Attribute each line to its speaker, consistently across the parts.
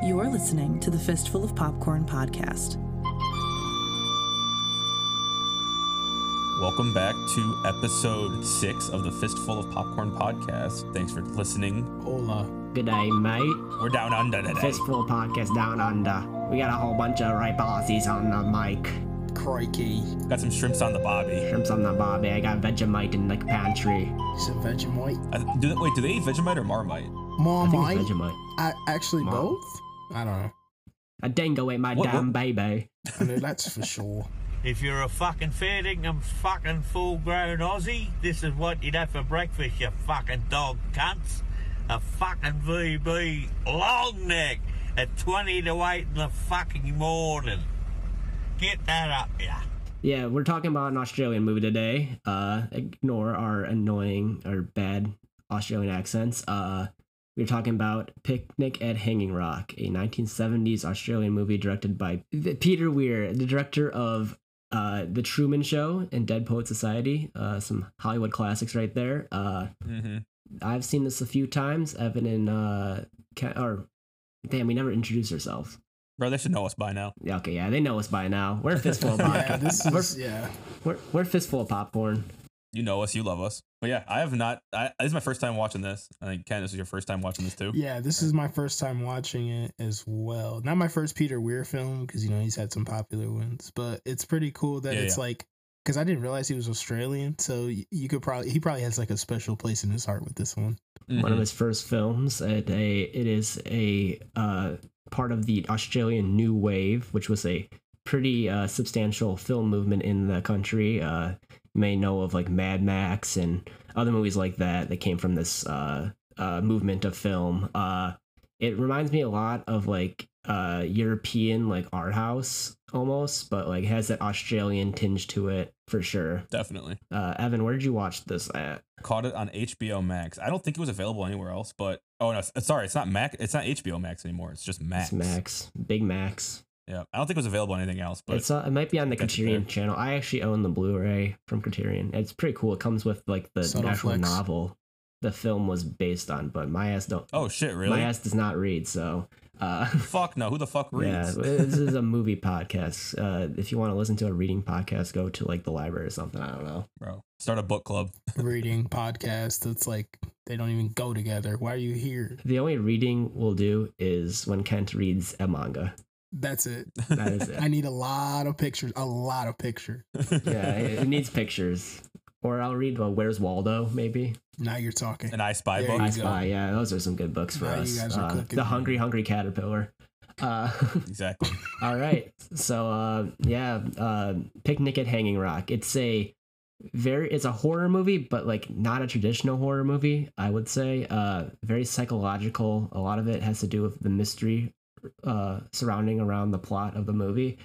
Speaker 1: You're listening to the Fistful of Popcorn podcast.
Speaker 2: Welcome back to episode six of the Fistful of Popcorn podcast. Thanks for listening.
Speaker 3: Hola.
Speaker 4: Good day, mate.
Speaker 2: We're down under today.
Speaker 4: Fistful podcast down under. We got a whole bunch of right policies on the mic.
Speaker 3: Crikey.
Speaker 2: Got some shrimps on the bobby.
Speaker 4: Shrimps on the barbie. I got Vegemite in the pantry.
Speaker 3: Is it Vegemite?
Speaker 2: Uh, do they, wait, do they eat Vegemite or Marmite?
Speaker 4: I
Speaker 3: Mom,
Speaker 4: think it's
Speaker 3: I,
Speaker 4: Vegemite.
Speaker 3: I actually
Speaker 4: Mom.
Speaker 3: both? I don't know.
Speaker 4: A dingo ate my
Speaker 2: What-
Speaker 4: damn baby.
Speaker 3: I know that's for sure.
Speaker 5: If you're a fucking fair dinkum fucking full grown Aussie, this is what you'd have for breakfast, you fucking dog cunts. A fucking VB long neck at 20 to 8 in the fucking morning. Get that up, yeah.
Speaker 4: Yeah, we're talking about an Australian movie today. Uh, ignore our annoying or bad Australian accents. Uh, we're talking about Picnic at Hanging Rock, a 1970s Australian movie directed by P- Peter Weir, the director of uh, The Truman Show and Dead Poet Society. Uh, some Hollywood classics right there. Uh,
Speaker 2: Mm-hmm.
Speaker 4: I've seen this a few times. Evan and uh, Ke- or damn, we never introduced ourselves.
Speaker 2: Bro, they should know us by now.
Speaker 4: Yeah, okay, yeah, they know us by now. We're fistful of
Speaker 3: Yeah,
Speaker 4: popcorn.
Speaker 3: this
Speaker 4: we're,
Speaker 3: is, yeah.
Speaker 4: we're, we're fistful of popcorn.
Speaker 2: You know us. You love us. But yeah, I have not. I, this is my first time watching this. I think Ken, this is your first time watching this too.
Speaker 3: Yeah, this is my first time watching it as well. Not my first Peter Weir film because, you know, he's had some popular ones, but it's pretty cool that
Speaker 2: Yeah,
Speaker 3: it's
Speaker 2: yeah.
Speaker 3: like, because I didn't realize he was Australian. So y- you could probably, he probably has like a special place in his heart with this one.
Speaker 2: Mhm.
Speaker 4: One of his first films. It a it is a uh, part of the Australian New Wave, which was a pretty uh, substantial film movement in the country. Uh, you may know of like Mad Max and other movies like that that came from this uh, uh, movement of film. Uh, it reminds me a lot of like uh, European like art house almost, but like has that Australian tinge to it for sure.
Speaker 2: Definitely.
Speaker 4: Uh, Evan, where did you watch this at?
Speaker 2: Caught it on HBO Max. I don't think it was available anywhere else, but. Oh, no. it's- Sorry. It's not Mac. It's not HBO Max anymore. It's just Max.
Speaker 4: It's Max, Big Max.
Speaker 2: Yeah. I don't think it was available on anything else, but.
Speaker 4: it's uh, it might be on the
Speaker 2: That's
Speaker 4: Criterion
Speaker 2: fair.
Speaker 4: channel. I actually own the Blu-ray from Criterion. It's pretty cool. It comes with like the
Speaker 3: Subtle
Speaker 4: actual
Speaker 3: flex.
Speaker 4: novel the film was based on, but my ass don't.
Speaker 2: oh, shit. Really?
Speaker 4: My ass does not read. So, uh,
Speaker 2: fuck no. Who the fuck
Speaker 4: yeah,
Speaker 2: reads?
Speaker 4: this is a movie podcast. Uh, if you want to listen to a reading podcast, go to like the library or something. I don't know.
Speaker 2: Bro, start a book club.
Speaker 3: Reading podcast that's like, they don't even go together. Why are you here?
Speaker 4: The only reading we'll do is when Kent reads a manga.
Speaker 3: That's it.
Speaker 4: That is it.
Speaker 3: I need a lot of pictures, a lot of pictures.
Speaker 4: yeah, it, it needs pictures. Or I'll read uh, Where's Waldo, maybe.
Speaker 3: Now you're talking.
Speaker 2: An I Spy
Speaker 3: Yeah,
Speaker 2: book.
Speaker 3: you
Speaker 4: I
Speaker 3: go.
Speaker 4: Spy. Yeah, those are some good books for
Speaker 3: Now you
Speaker 4: us.
Speaker 3: guys are
Speaker 4: Uh,
Speaker 3: cooking.
Speaker 4: the Hungry Hungry Caterpillar. Uh,
Speaker 2: Exactly.
Speaker 4: all right. So uh, yeah, uh, Picnic at Hanging Rock. It's a very it's a horror movie, but like not a traditional horror movie. I would say uh, very psychological. A lot of it has to do with the mystery uh, surrounding around the plot of the movie.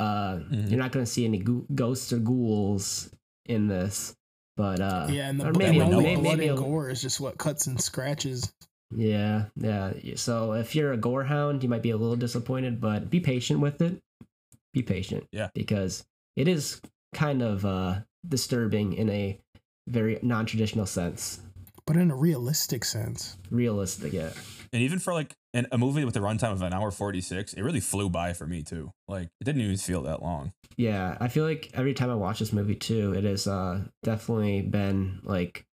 Speaker 4: Uh,
Speaker 3: Mm-hmm.
Speaker 2: Mhm.
Speaker 4: You're not going to see any gho- ghosts or ghouls in this, but uh,
Speaker 3: Yeah, and the
Speaker 4: or
Speaker 3: book,
Speaker 4: maybe,
Speaker 2: That
Speaker 3: only
Speaker 2: would
Speaker 4: maybe,
Speaker 2: help.
Speaker 3: blood
Speaker 4: maybe
Speaker 3: and
Speaker 4: a-
Speaker 3: gore is just what cuts and scratches.
Speaker 4: Yeah, yeah. So if you're a gorehound, you might be a little disappointed, but be patient with it. Be patient.
Speaker 2: Yeah.
Speaker 4: Because it is kind of uh disturbing in a very non-traditional sense.
Speaker 3: But in a realistic sense,
Speaker 4: Realistic, yeah.
Speaker 2: And even for like an, a movie with a runtime of an hour 46, it really flew by for me too. Like it didn't even feel that long.
Speaker 4: Yeah, I feel like every time I watch this movie too, it has uh definitely been like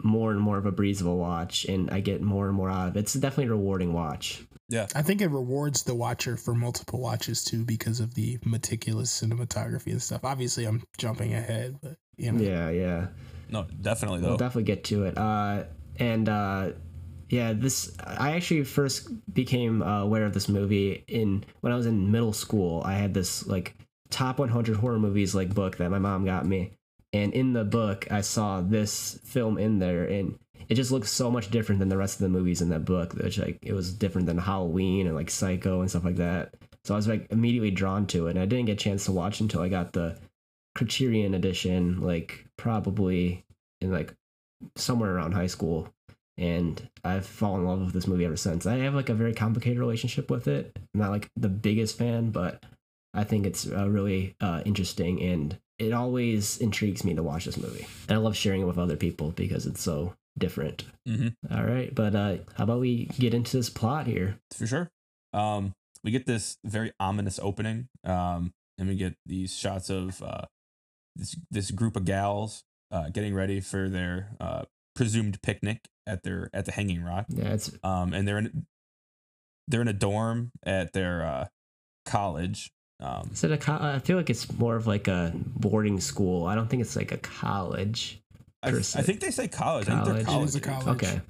Speaker 4: more and more of a breeze of a watch and I get more and more out of it. It's definitely a rewarding watch.
Speaker 3: I think it rewards the watcher for multiple watches too because of the meticulous cinematography and stuff. Obviously, I'm jumping ahead, but you know,
Speaker 4: Yeah, yeah.
Speaker 2: No, definitely
Speaker 4: We'll
Speaker 2: though.
Speaker 4: definitely get to it. Uh, and uh, yeah, this I actually first became uh, aware of this movie in when I was in middle school. I had this like top 100 horror movies like book that my mom got me, and in the book I saw this film in there, and it just looked so much different than the rest of the movies in that book. Which like it was different than Halloween and like Psycho and stuff like that. So I was like immediately drawn to it, and I didn't get a chance to watch until I got the Criterion edition, like probably in like somewhere around high school and i've fallen in love with this movie ever since i have like a very complicated relationship with it i'm not like the biggest fan but i think it's uh, really uh, interesting and it always intrigues me to watch this movie and i love sharing it with other people because it's so different
Speaker 2: Mhm.
Speaker 4: All right but uh how about we get into this plot here
Speaker 2: For sure. Um, we get this very ominous opening, um, and we get these shots of uh, this this group of gals uh, getting ready for their uh, presumed picnic at their at the Hanging Rock.
Speaker 4: Yeah, it's
Speaker 2: Um, and they're in they're in a dorm at their uh, college. Um,
Speaker 4: Is it a co- I feel like it's more of like a boarding school. I don't think it's like a college.
Speaker 2: I, I
Speaker 4: Chris said-
Speaker 2: think they say college. I think they're
Speaker 4: College.
Speaker 3: It
Speaker 2: college.
Speaker 3: is a
Speaker 2: age.
Speaker 3: college.
Speaker 4: Okay,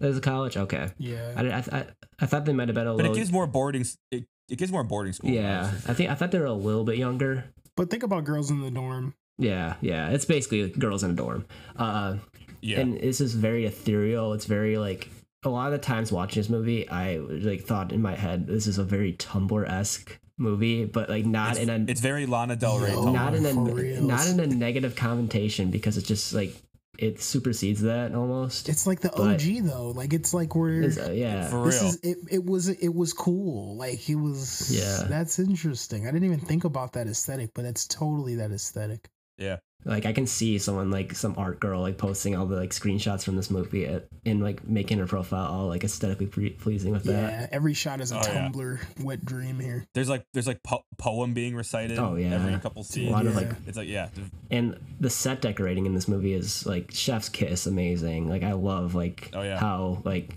Speaker 4: there's a college. Okay, I,
Speaker 3: Yeah.
Speaker 4: did- I, th- I, I thought they might have been a
Speaker 2: but
Speaker 4: little.
Speaker 2: it gives more boarding. s- It, it gives more boarding school.
Speaker 4: yeah,
Speaker 2: vibes.
Speaker 4: I think I thought they were a little bit younger.
Speaker 3: But think about girls in the dorm.
Speaker 4: Yeah, yeah. It's basically girls in a dorm. Uh,
Speaker 2: yeah.
Speaker 4: and this is very ethereal. It's very like a lot of the times watching this movie, I like thought in my head this is a very Tumblr esque movie, but like not
Speaker 2: it's,
Speaker 4: in a
Speaker 2: it's very Lana Del Rey.
Speaker 3: No.
Speaker 2: Tumblr.
Speaker 4: not in a
Speaker 3: for reals.
Speaker 4: not in a negative connotation because it's just like it supersedes that almost.
Speaker 3: It's like the
Speaker 4: But-
Speaker 3: OG though. Like it's like we're
Speaker 4: It's, uh, yeah,
Speaker 2: For
Speaker 3: this
Speaker 2: real.
Speaker 3: is it, it was it was cool. Like it was
Speaker 4: Yeah.
Speaker 3: That's interesting. I didn't even think about that aesthetic, but it's totally that aesthetic.
Speaker 2: yeah.
Speaker 4: like I can see someone like some art girl like posting all the like screenshots from this movie at, and like making her profile all like aesthetically pre- pleasing with that.
Speaker 3: Yeah. Every shot is a
Speaker 2: Oh, yeah.
Speaker 3: Tumblr wet dream here.
Speaker 2: There's like there's like po- poem being recited.
Speaker 4: Oh, yeah.
Speaker 2: Every couple
Speaker 4: A
Speaker 2: scenes.
Speaker 4: lot of
Speaker 3: Yeah.
Speaker 4: like
Speaker 2: It's like yeah. th-
Speaker 4: and the set decorating in this movie is like chef's kiss amazing like i love like
Speaker 2: Oh, yeah.
Speaker 4: how like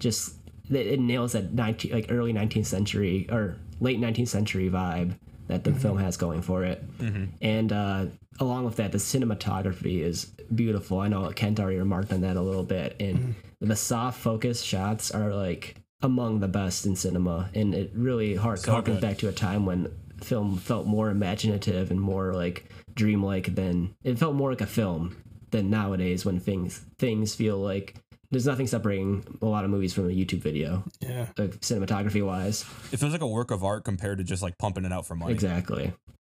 Speaker 4: just it, it nails that 19 like early 19th century or late 19th century vibe that the film has going for it
Speaker 2: Mm-hmm.
Speaker 4: and uh along with that the cinematography is beautiful i know kent already remarked on that a little bit and
Speaker 2: Mm-hmm.
Speaker 4: the soft focus shots are like among the best in cinema and it really hark-
Speaker 2: So
Speaker 4: harkens
Speaker 2: good.
Speaker 4: back to a time when film felt more imaginative and more like dreamlike than it felt more like a film than nowadays when things things feel like there's nothing separating a lot of movies from a YouTube video,
Speaker 3: Yeah.
Speaker 4: like cinematography wise.
Speaker 2: It feels like a work of art compared to just like pumping it out for money.
Speaker 4: Exactly.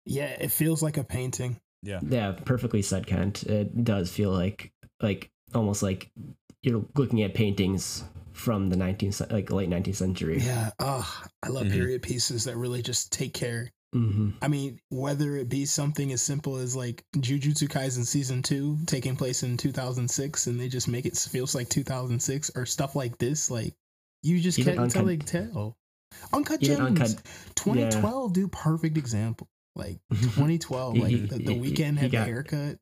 Speaker 3: Yeah, it feels like a painting.
Speaker 2: Yeah.
Speaker 4: Yeah, perfectly said, Kent. It does feel like like almost like you're looking at paintings from the 19th cen- like late 19th century.
Speaker 3: Yeah. Oh, I love
Speaker 4: Mm-hmm.
Speaker 2: Mhm.
Speaker 3: period pieces that really just take care.
Speaker 4: hmm
Speaker 3: I mean, whether it be something as simple as like Jujutsu Kaisen season two taking place in 2006 and they just make it feels like 2006 or stuff like this, like you just
Speaker 4: Even
Speaker 3: can't tell,
Speaker 4: Uncut-
Speaker 3: like, tell. Uncut
Speaker 4: Even
Speaker 3: Gems.
Speaker 4: Uncut-
Speaker 3: 2012, dude, perfect example. Like 2012,
Speaker 4: You-
Speaker 3: like
Speaker 4: you-
Speaker 3: the, the
Speaker 4: you-
Speaker 3: weekend
Speaker 4: you
Speaker 3: had the
Speaker 4: got-
Speaker 3: haircut.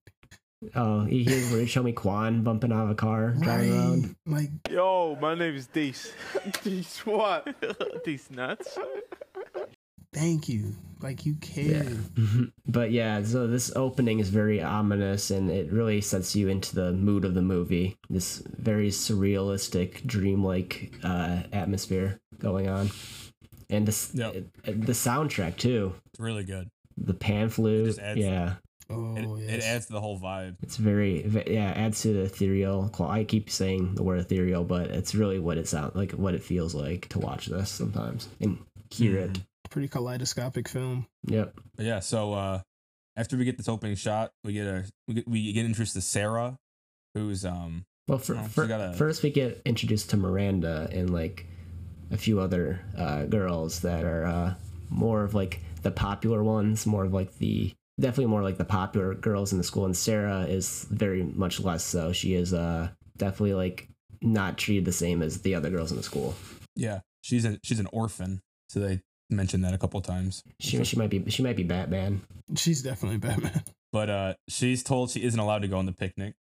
Speaker 4: Oh, you hear where show me Kwan bumping out of a car driving around.
Speaker 3: Right. Like,
Speaker 6: Yo, Oh, my name is Dees. Dees what? Dees nuts?
Speaker 3: thank you. Like, you care.
Speaker 2: Mm-hmm.
Speaker 4: But yeah, so this opening is very ominous and it really sets you into the mood of the movie. This very surrealistic, dreamlike uh, atmosphere going on. And this,
Speaker 2: Yep.
Speaker 4: the soundtrack too.
Speaker 2: It's really good.
Speaker 4: The pan flute.
Speaker 2: just adds-
Speaker 4: yeah.
Speaker 2: It,
Speaker 3: Oh,
Speaker 2: it
Speaker 3: yes.
Speaker 2: adds to the whole vibe.
Speaker 4: It's very ve- yeah, adds to the ethereal. qual- I keep saying the word ethereal, but it's really what it sounds like, what it feels like to watch this sometimes and hear it.
Speaker 3: Pretty kaleidoscopic film.
Speaker 2: Mm-hmm.
Speaker 4: Yep.
Speaker 2: But yeah. So uh, after we get this opening shot, we get a we get we get introduced to Sarah, who's um
Speaker 4: Well, for,
Speaker 2: Oh,
Speaker 4: for-
Speaker 2: so you gotta-
Speaker 4: first we get introduced to Miranda and like a few other uh, girls that are uh, more of like the popular ones, more of like the definitely more like the popular girls in the school. And Sarah is very much less so. She is uh, definitely like not treated the same as the other girls in the school.
Speaker 2: yeah she's a she's an orphan. So they mentioned that a couple times.
Speaker 4: She she might be she might be Batman.
Speaker 3: She's definitely Batman.
Speaker 2: But uh, she's told she isn't allowed to go on the picnic.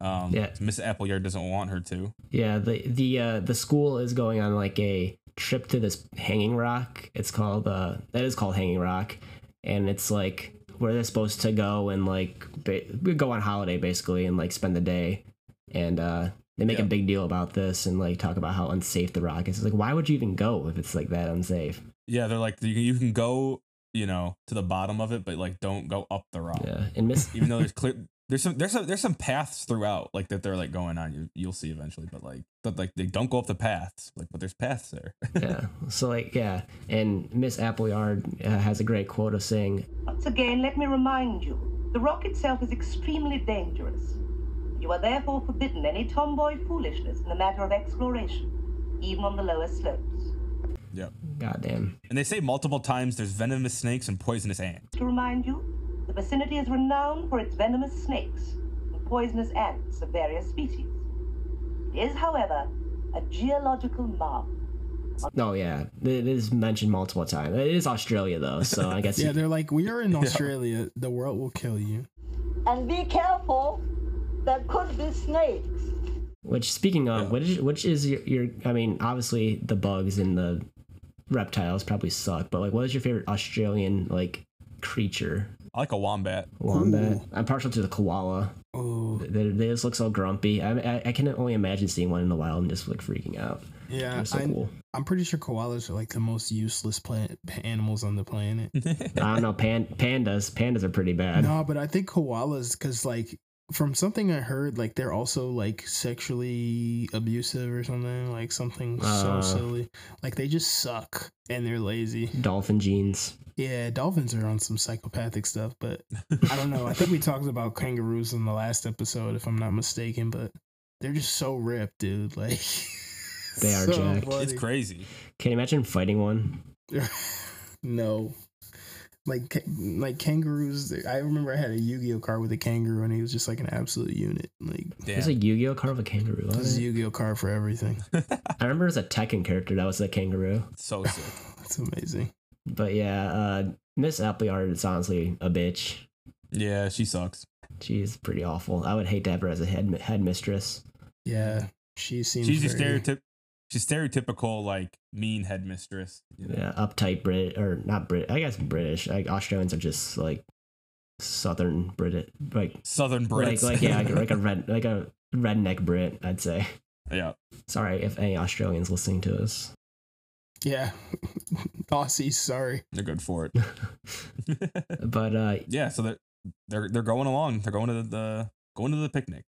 Speaker 2: Um,
Speaker 4: Yeah.
Speaker 2: Miss Appleyard doesn't want her to.
Speaker 4: Yeah, the the uh, the school is going on like a trip to this Hanging Rock. It's called uh, that is called Hanging Rock, and it's like where they're supposed to go and like ba- we go on holiday basically and like spend the day, and uh, they make
Speaker 2: Yeah.
Speaker 4: a big deal about this and like talk about how unsafe the rock is. It's like why would you even go if it's like that unsafe?
Speaker 2: Yeah, they're like you can, you can go, you know, to the bottom of it, but like don't go up the rock.
Speaker 4: Yeah, and Miss
Speaker 2: Even though there's clear, there's some there's some there's some paths throughout like that they're like going on. You you'll see eventually, but like but like they don't go up the paths. Like but there's paths there.
Speaker 4: yeah, so like yeah, and Miss Appleyard uh, has a great quote of saying
Speaker 7: Once again, let me remind you the rock itself is extremely dangerous. You are therefore forbidden any tomboy foolishness in the matter of exploration, even on the lower slopes.
Speaker 2: yep.
Speaker 4: "Goddamn."
Speaker 2: And they say multiple times there's venomous snakes and poisonous ants.
Speaker 7: To remind you, the vicinity is renowned for its venomous snakes and poisonous ants of various species. It is, however, a geological marvel.
Speaker 4: No, Oh, yeah, it is mentioned multiple times. It is Australia though, so I guess
Speaker 3: Yeah, they're like, we are in Australia. The world will kill you.
Speaker 8: And be careful, there could be snakes.
Speaker 4: Which, speaking of,
Speaker 2: Yeah.
Speaker 4: which which is your, your? I mean, obviously the bugs and the reptiles probably suck, but like, what is your favorite Australian like creature?
Speaker 2: I like a wombat.
Speaker 4: Wombat. I'm partial to the koala.
Speaker 3: Oh,
Speaker 4: They, they just look so grumpy. I, I I can only imagine seeing one in the wild and just like freaking out.
Speaker 3: yeah.
Speaker 4: They're so
Speaker 3: I,
Speaker 4: cool.
Speaker 3: I'm pretty sure koalas are like the most useless planet, animals on the planet.
Speaker 4: I don't know. Pan, pandas. Pandas are pretty bad.
Speaker 3: No, but I think koalas, because like from something I heard, like they're also like sexually abusive or something, like something so
Speaker 4: Uh.
Speaker 3: silly. Like they just suck and they're lazy.
Speaker 4: Dolphin genes.
Speaker 3: Yeah, dolphins are on some psychopathic stuff, but I don't know. I think we talked about kangaroos in the last episode, if I'm not mistaken, but they're just so ripped, dude. Like
Speaker 4: They are jacked.
Speaker 2: it's
Speaker 3: funny.
Speaker 2: crazy.
Speaker 4: Can you imagine fighting one?
Speaker 3: no. Like ca- like kangaroos, they- I remember I had a Yu-Gi-Oh card with a kangaroo, and he was just like an absolute unit. Like
Speaker 4: There's a
Speaker 2: Damn.
Speaker 4: Yu-Gi-Oh card of a kangaroo.
Speaker 3: this is
Speaker 4: wasn't it?
Speaker 3: Yu-Gi-Oh card for everything.
Speaker 4: I remember it was a Tekken character that was a kangaroo.
Speaker 2: So sick.
Speaker 3: That's amazing.
Speaker 4: But yeah, uh, Miss Appleyard is honestly a bitch.
Speaker 2: Yeah, she sucks.
Speaker 4: She's pretty awful. I would hate to have her as a head headmistress.
Speaker 3: Yeah, she seems.
Speaker 2: She's a
Speaker 3: very-
Speaker 2: stereotyp- She's stereotypical like mean headmistress. you know?
Speaker 4: Yeah, uptight Brit or not Brit. I guess British. Like Australians are just like Southern Brit, like
Speaker 2: Southern
Speaker 4: like
Speaker 2: Brits.
Speaker 4: like yeah, like, like a red like a redneck Brit. I'd say.
Speaker 2: yeah.
Speaker 4: Sorry if any Australians listening to us.
Speaker 3: Yeah, Aussies. Sorry.
Speaker 2: They're good for it.
Speaker 4: But uh,
Speaker 2: yeah, so they're they're they're going along. They're going to the going to the picnic,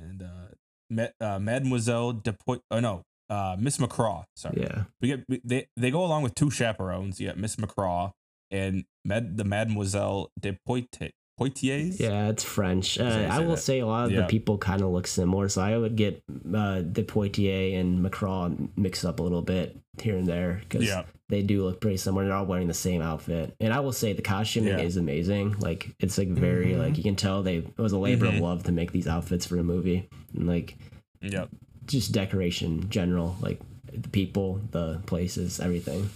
Speaker 2: and uh, Ma- uh Mademoiselle Depoy. Oh no, uh, Miss McCraw. Sorry,
Speaker 4: yeah,
Speaker 2: we get we- they they go along with two chaperones. You got Miss McCraw and Mad the Mademoiselle de Poitiers. Poitiers.
Speaker 4: yeah, it's French. Uh,
Speaker 2: how you
Speaker 4: I
Speaker 2: say
Speaker 4: will
Speaker 2: that.
Speaker 4: say a lot of
Speaker 2: Yeah.
Speaker 4: the people kind of look similar, so I would get uh, the Poitiers and Macron mixed up a little bit here and there because
Speaker 2: Yeah.
Speaker 4: they do look pretty similar. They're all wearing the same outfit, and I will say the costuming
Speaker 2: Yeah. Mm-hmm.
Speaker 4: is amazing. Like it's like very
Speaker 3: Mhm.
Speaker 4: like you can tell they it was a labor
Speaker 2: Mhm.
Speaker 4: of love to make these outfits for a movie, and like
Speaker 2: Yep.
Speaker 4: just decoration in general, like the people, the places, everything.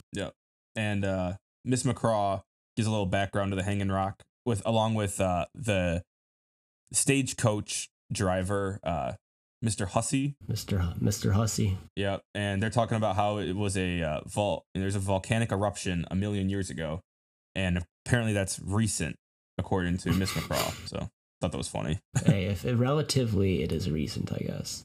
Speaker 2: And uh, Miss McCraw gives a little background to the Hanging Rock with along with uh, the stagecoach driver, uh, Mr. Hussey.
Speaker 4: Mister Hu- Mister Hussey,
Speaker 2: Yeah, and they're talking about how it was a uh, vol. There's a volcanic eruption a million years ago, and apparently that's recent, according to Miss McCraw. So thought that was funny.
Speaker 4: hey, if, if relatively it is recent, I guess.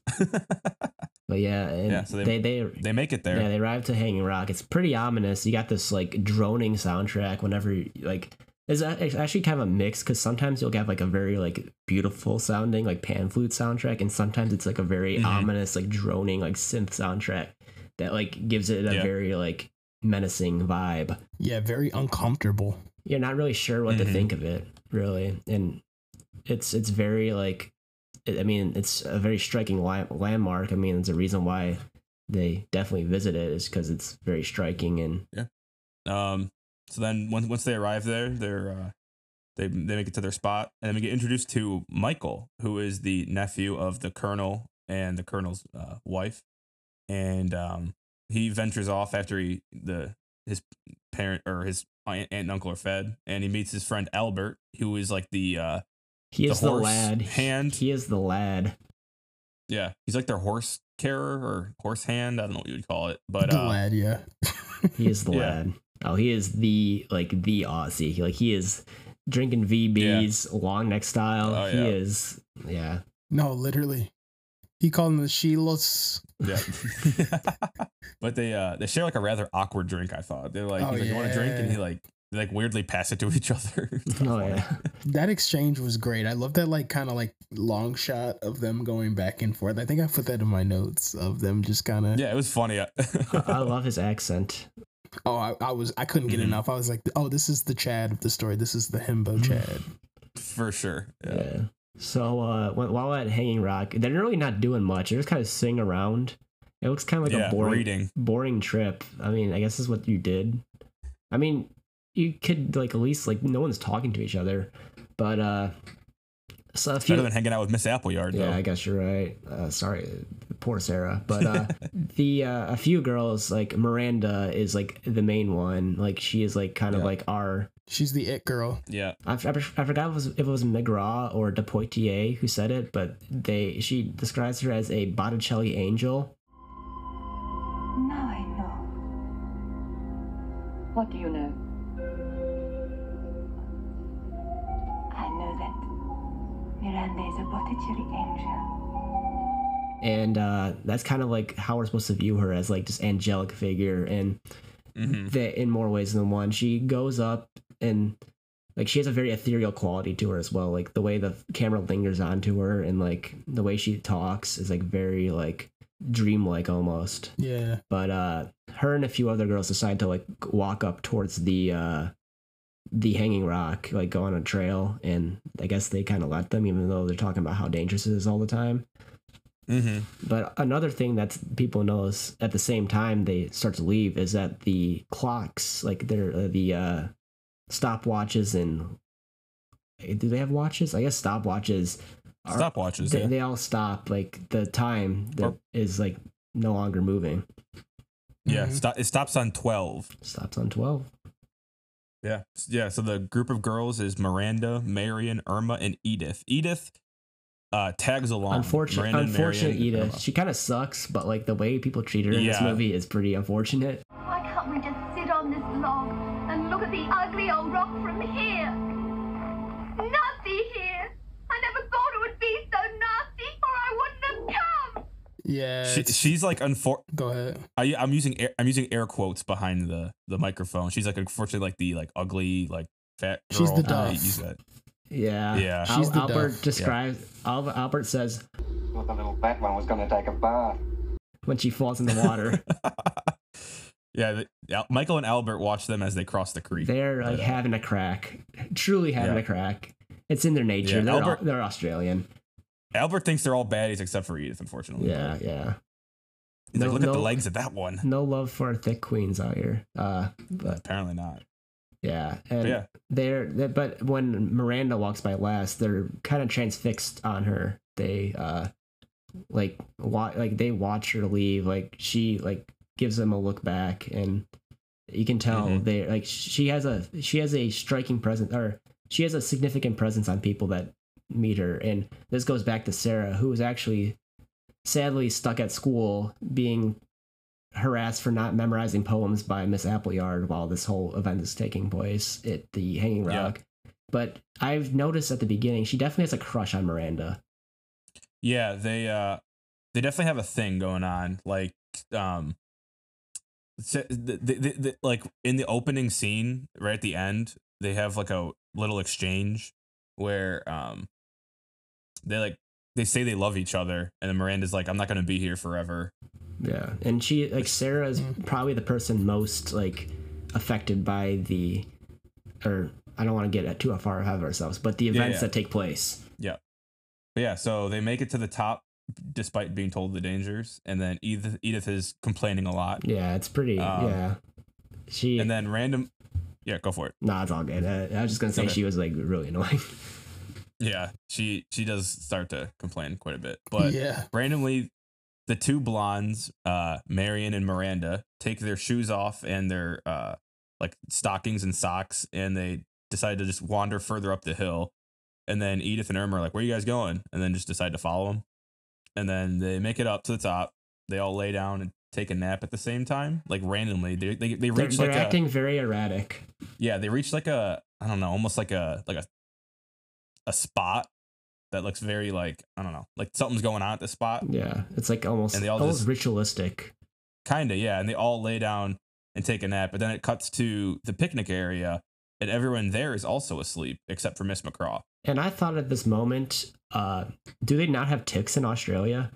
Speaker 4: But yeah, and
Speaker 2: Yeah, so
Speaker 4: they
Speaker 2: they-
Speaker 4: they
Speaker 2: they make it there.
Speaker 4: Yeah, they arrive to Hanging Rock. It's pretty ominous. You got this like droning soundtrack whenever you- like it's a- it's actually kind of a mix because sometimes you'll get like a very like beautiful sounding like pan flute soundtrack, and sometimes it's like a very
Speaker 2: Mhm.
Speaker 4: ominous like droning like synth soundtrack that like gives it a
Speaker 2: Yeah.
Speaker 4: very like menacing vibe.
Speaker 3: Yeah, very uncomfortable.
Speaker 4: You're not really sure what
Speaker 2: Mhm.
Speaker 4: to think of it really, and it's it's very like I I mean it's a very striking li- landmark. I mean it's a reason why they definitely visit it is because it's very striking and
Speaker 2: Um, so then once once they arrive there, they're uh, they they make it to their spot, and then we get introduced to Michael, who is the nephew of the colonel and the colonel's uh, wife, and um, he ventures off after he the his parent or his aunt, aunt and uncle are fed, and he meets his friend Albert, who is like the uh,
Speaker 4: He
Speaker 2: The
Speaker 4: is the,
Speaker 2: horse
Speaker 4: lad.
Speaker 2: hand.
Speaker 4: He is the lad.
Speaker 2: yeah, he's like their horse carer or horse hand. I don't know what you would call it, but
Speaker 3: the
Speaker 2: uh,
Speaker 3: lad, yeah.
Speaker 4: He is the
Speaker 2: Yeah.
Speaker 4: lad. Oh, he is the like the Aussie. He, like he is drinking VBs, long neck style.
Speaker 2: Oh,
Speaker 4: he
Speaker 2: yeah.
Speaker 4: is yeah.
Speaker 3: no, literally, he called them the Sheilos.
Speaker 2: Yeah. but they uh they share like a rather awkward drink, I thought. They're like,
Speaker 3: Oh,
Speaker 2: he's like, You want a drink? And he
Speaker 3: yeah.
Speaker 2: like they like weirdly pass it to each other. It's kinda
Speaker 4: Oh
Speaker 2: funny.
Speaker 4: yeah.
Speaker 3: That exchange was great. I love that like kind of like long shot of them going back and forth. I think I put that in my notes of them just kind of.
Speaker 2: Yeah, it was funny.
Speaker 4: I love his accent.
Speaker 3: Oh, I, I was I couldn't get
Speaker 2: Mhm.
Speaker 3: enough. I was like, oh, this is the Chad of the story. This is the
Speaker 2: Mm-hmm.
Speaker 3: himbo Chad.
Speaker 2: For sure.
Speaker 4: Yeah. So uh wh- while at Hanging Rock, they're really not doing much. They're just kind of sing around. It looks kind of like
Speaker 2: yeah,
Speaker 4: a boring
Speaker 2: reading.
Speaker 4: boring trip. I mean, I guess this is what you did. I mean, you could like at least like no one's talking to each other, but uh so a few
Speaker 2: Better than hanging out with Miss Appleyard,
Speaker 4: Yeah, I
Speaker 2: though.
Speaker 4: guess you're right. Uh, sorry, poor Sarah. But uh, the uh, a few girls like Miranda is like the main one. Like she is like kind of
Speaker 2: Yeah.
Speaker 4: like our.
Speaker 3: She's the it girl.
Speaker 2: Yeah.
Speaker 4: I, f- I f- I forgot if it, was, if it was McGraw or Depoitier who said it, but they she describes her as a Botticelli angel.
Speaker 8: Now I know.
Speaker 7: What do you know?
Speaker 8: I know that Miranda is a Botticelli angel.
Speaker 4: And uh, that's kind of like how we're supposed to view her as like this angelic figure, and
Speaker 2: Mm-hmm.
Speaker 4: that in more ways than one. She goes up and like she has a very ethereal quality to her as well. Like the way the camera lingers onto her and like the way she talks is like very like dreamlike almost.
Speaker 3: Yeah.
Speaker 4: But uh her and a few other girls decide to like walk up towards the uh the hanging rock, like go on a trail and I guess they kinda let them even though they're talking about how dangerous it is all the time.
Speaker 2: Mm-hmm.
Speaker 4: But another thing that people notice at the same time they start to leave is that the clocks, like their uh, the uh, stopwatches and eh, do they have watches? I guess stopwatches. Are,
Speaker 2: Stopwatches.
Speaker 4: They,
Speaker 2: yeah.
Speaker 4: they all stop. Like the time that is
Speaker 2: Or-
Speaker 4: like no longer moving
Speaker 2: yeah.
Speaker 3: Mhm.
Speaker 4: Mm-hmm.
Speaker 2: Stop, it stops on 12.
Speaker 4: stops on twelve.
Speaker 2: Yeah. S- Yeah. So the group of girls is Miranda, Marion, Irma, and Edith. Edith uh, tags along.
Speaker 4: Unfortunate,
Speaker 2: Miranda and
Speaker 4: unfortunate
Speaker 2: Marion,
Speaker 4: Edith.
Speaker 2: Irma.
Speaker 4: She kind of sucks, but like the way people treat her in this
Speaker 2: Yeah.
Speaker 4: movie is pretty unfortunate.
Speaker 8: Why can't we just sit on this log and look at the ugly old rock from here? Nasty here! I never thought it would be so nasty, or I wouldn't have come!
Speaker 3: Yeah.
Speaker 2: She,
Speaker 3: it's-
Speaker 2: she's like unfor-
Speaker 3: go ahead.
Speaker 2: I, I'm using air, I'm using air quotes behind the the microphone. She's like unfortunately like the like ugly like fat girl.
Speaker 3: She's the
Speaker 2: I hate
Speaker 3: Duff.
Speaker 2: to use that.
Speaker 4: Yeah,
Speaker 2: Yeah.
Speaker 4: Al-
Speaker 3: She's the
Speaker 4: Albert
Speaker 3: Duff.
Speaker 4: describes. Al- Albert says
Speaker 9: Thought the little fat one was going to take a bath.
Speaker 4: when she falls in the water.
Speaker 2: yeah, the, Al- Michael and Albert watch them as they cross the creek. uh,
Speaker 4: They're like
Speaker 2: Yeah.
Speaker 4: having a crack, truly having
Speaker 2: Yeah.
Speaker 4: a crack. It's in their nature.
Speaker 2: Yeah,
Speaker 4: they're,
Speaker 2: Albert-
Speaker 4: au- they're Australian.
Speaker 2: Albert thinks they're all baddies except for Edith, unfortunately.
Speaker 4: Yeah, yeah.
Speaker 2: He's like,
Speaker 4: No-
Speaker 2: look at the
Speaker 4: no-
Speaker 2: legs of that one.
Speaker 4: No love for thick queens out here. Uh, but
Speaker 2: Apparently not.
Speaker 4: yeah, and
Speaker 2: But yeah,
Speaker 4: they're they- but when Miranda walks by last, they're kind of transfixed on her. They uh, like wa- like they watch her leave. Like she like gives them a look back, and you can tell
Speaker 2: Mhm.
Speaker 4: they like she has a she has a striking presence, or she has a significant presence on people that meet her. And this goes back to Sarah, who was actually sadly stuck at school, being harassed for not memorizing poems by Miss Appleyard while this whole event is taking place at the Hanging
Speaker 2: Yeah.
Speaker 4: Rock. But I've noticed at the beginning, she definitely has a crush on Miranda.
Speaker 2: yeah, they uh, they definitely have a thing going on. Like um, sa- the, the, the, the, like in the opening scene, right at the end, they have like a little exchange where um, they like they say they love each other, and then Miranda's like, "I'm not gonna be here forever."
Speaker 4: Yeah. And she, like, Sarah is probably the person most, like, affected by the, or I don't want to get too far ahead of ourselves, but the
Speaker 2: Yeah,
Speaker 4: events
Speaker 2: yeah.
Speaker 4: that take place.
Speaker 2: But yeah, so they make it to the top despite being told the dangers, and then Edith Edith is complaining a lot,
Speaker 4: Yeah, it's pretty.
Speaker 2: Um,
Speaker 4: yeah. She,
Speaker 2: and then random. Yeah, go for it.
Speaker 4: nah, it's all good. Uh, I was just going to say
Speaker 2: Okay.
Speaker 4: she was, like, really annoying.
Speaker 2: Yeah, she she does start to complain quite a bit, but
Speaker 3: yeah.
Speaker 2: randomly, the two blondes, uh, Marion and Miranda, take their shoes off and their uh, like stockings and socks, and they decide to just wander further up the hill. And then Edith and Irma are like, "Where you guys going?" And then just decide to follow them. And then they make it up to the top. They all lay down and take a nap at the same time, like randomly. They they, they
Speaker 4: They're,
Speaker 2: reach
Speaker 4: they're
Speaker 2: like a,
Speaker 4: acting very erratic.
Speaker 2: yeah, they reach like a I don't know, almost like a like a a spot that looks very like I don't know, like something's going on at the spot.
Speaker 4: Yeah, it's like almost
Speaker 2: And they all
Speaker 4: almost
Speaker 2: just-
Speaker 4: ritualistic.
Speaker 2: Kinda, yeah. And they all lay down and take a nap, but then it cuts to the picnic area, and everyone there is also asleep except for Miss McCraw.
Speaker 4: And I thought at this moment, uh, do they not have ticks in Australia?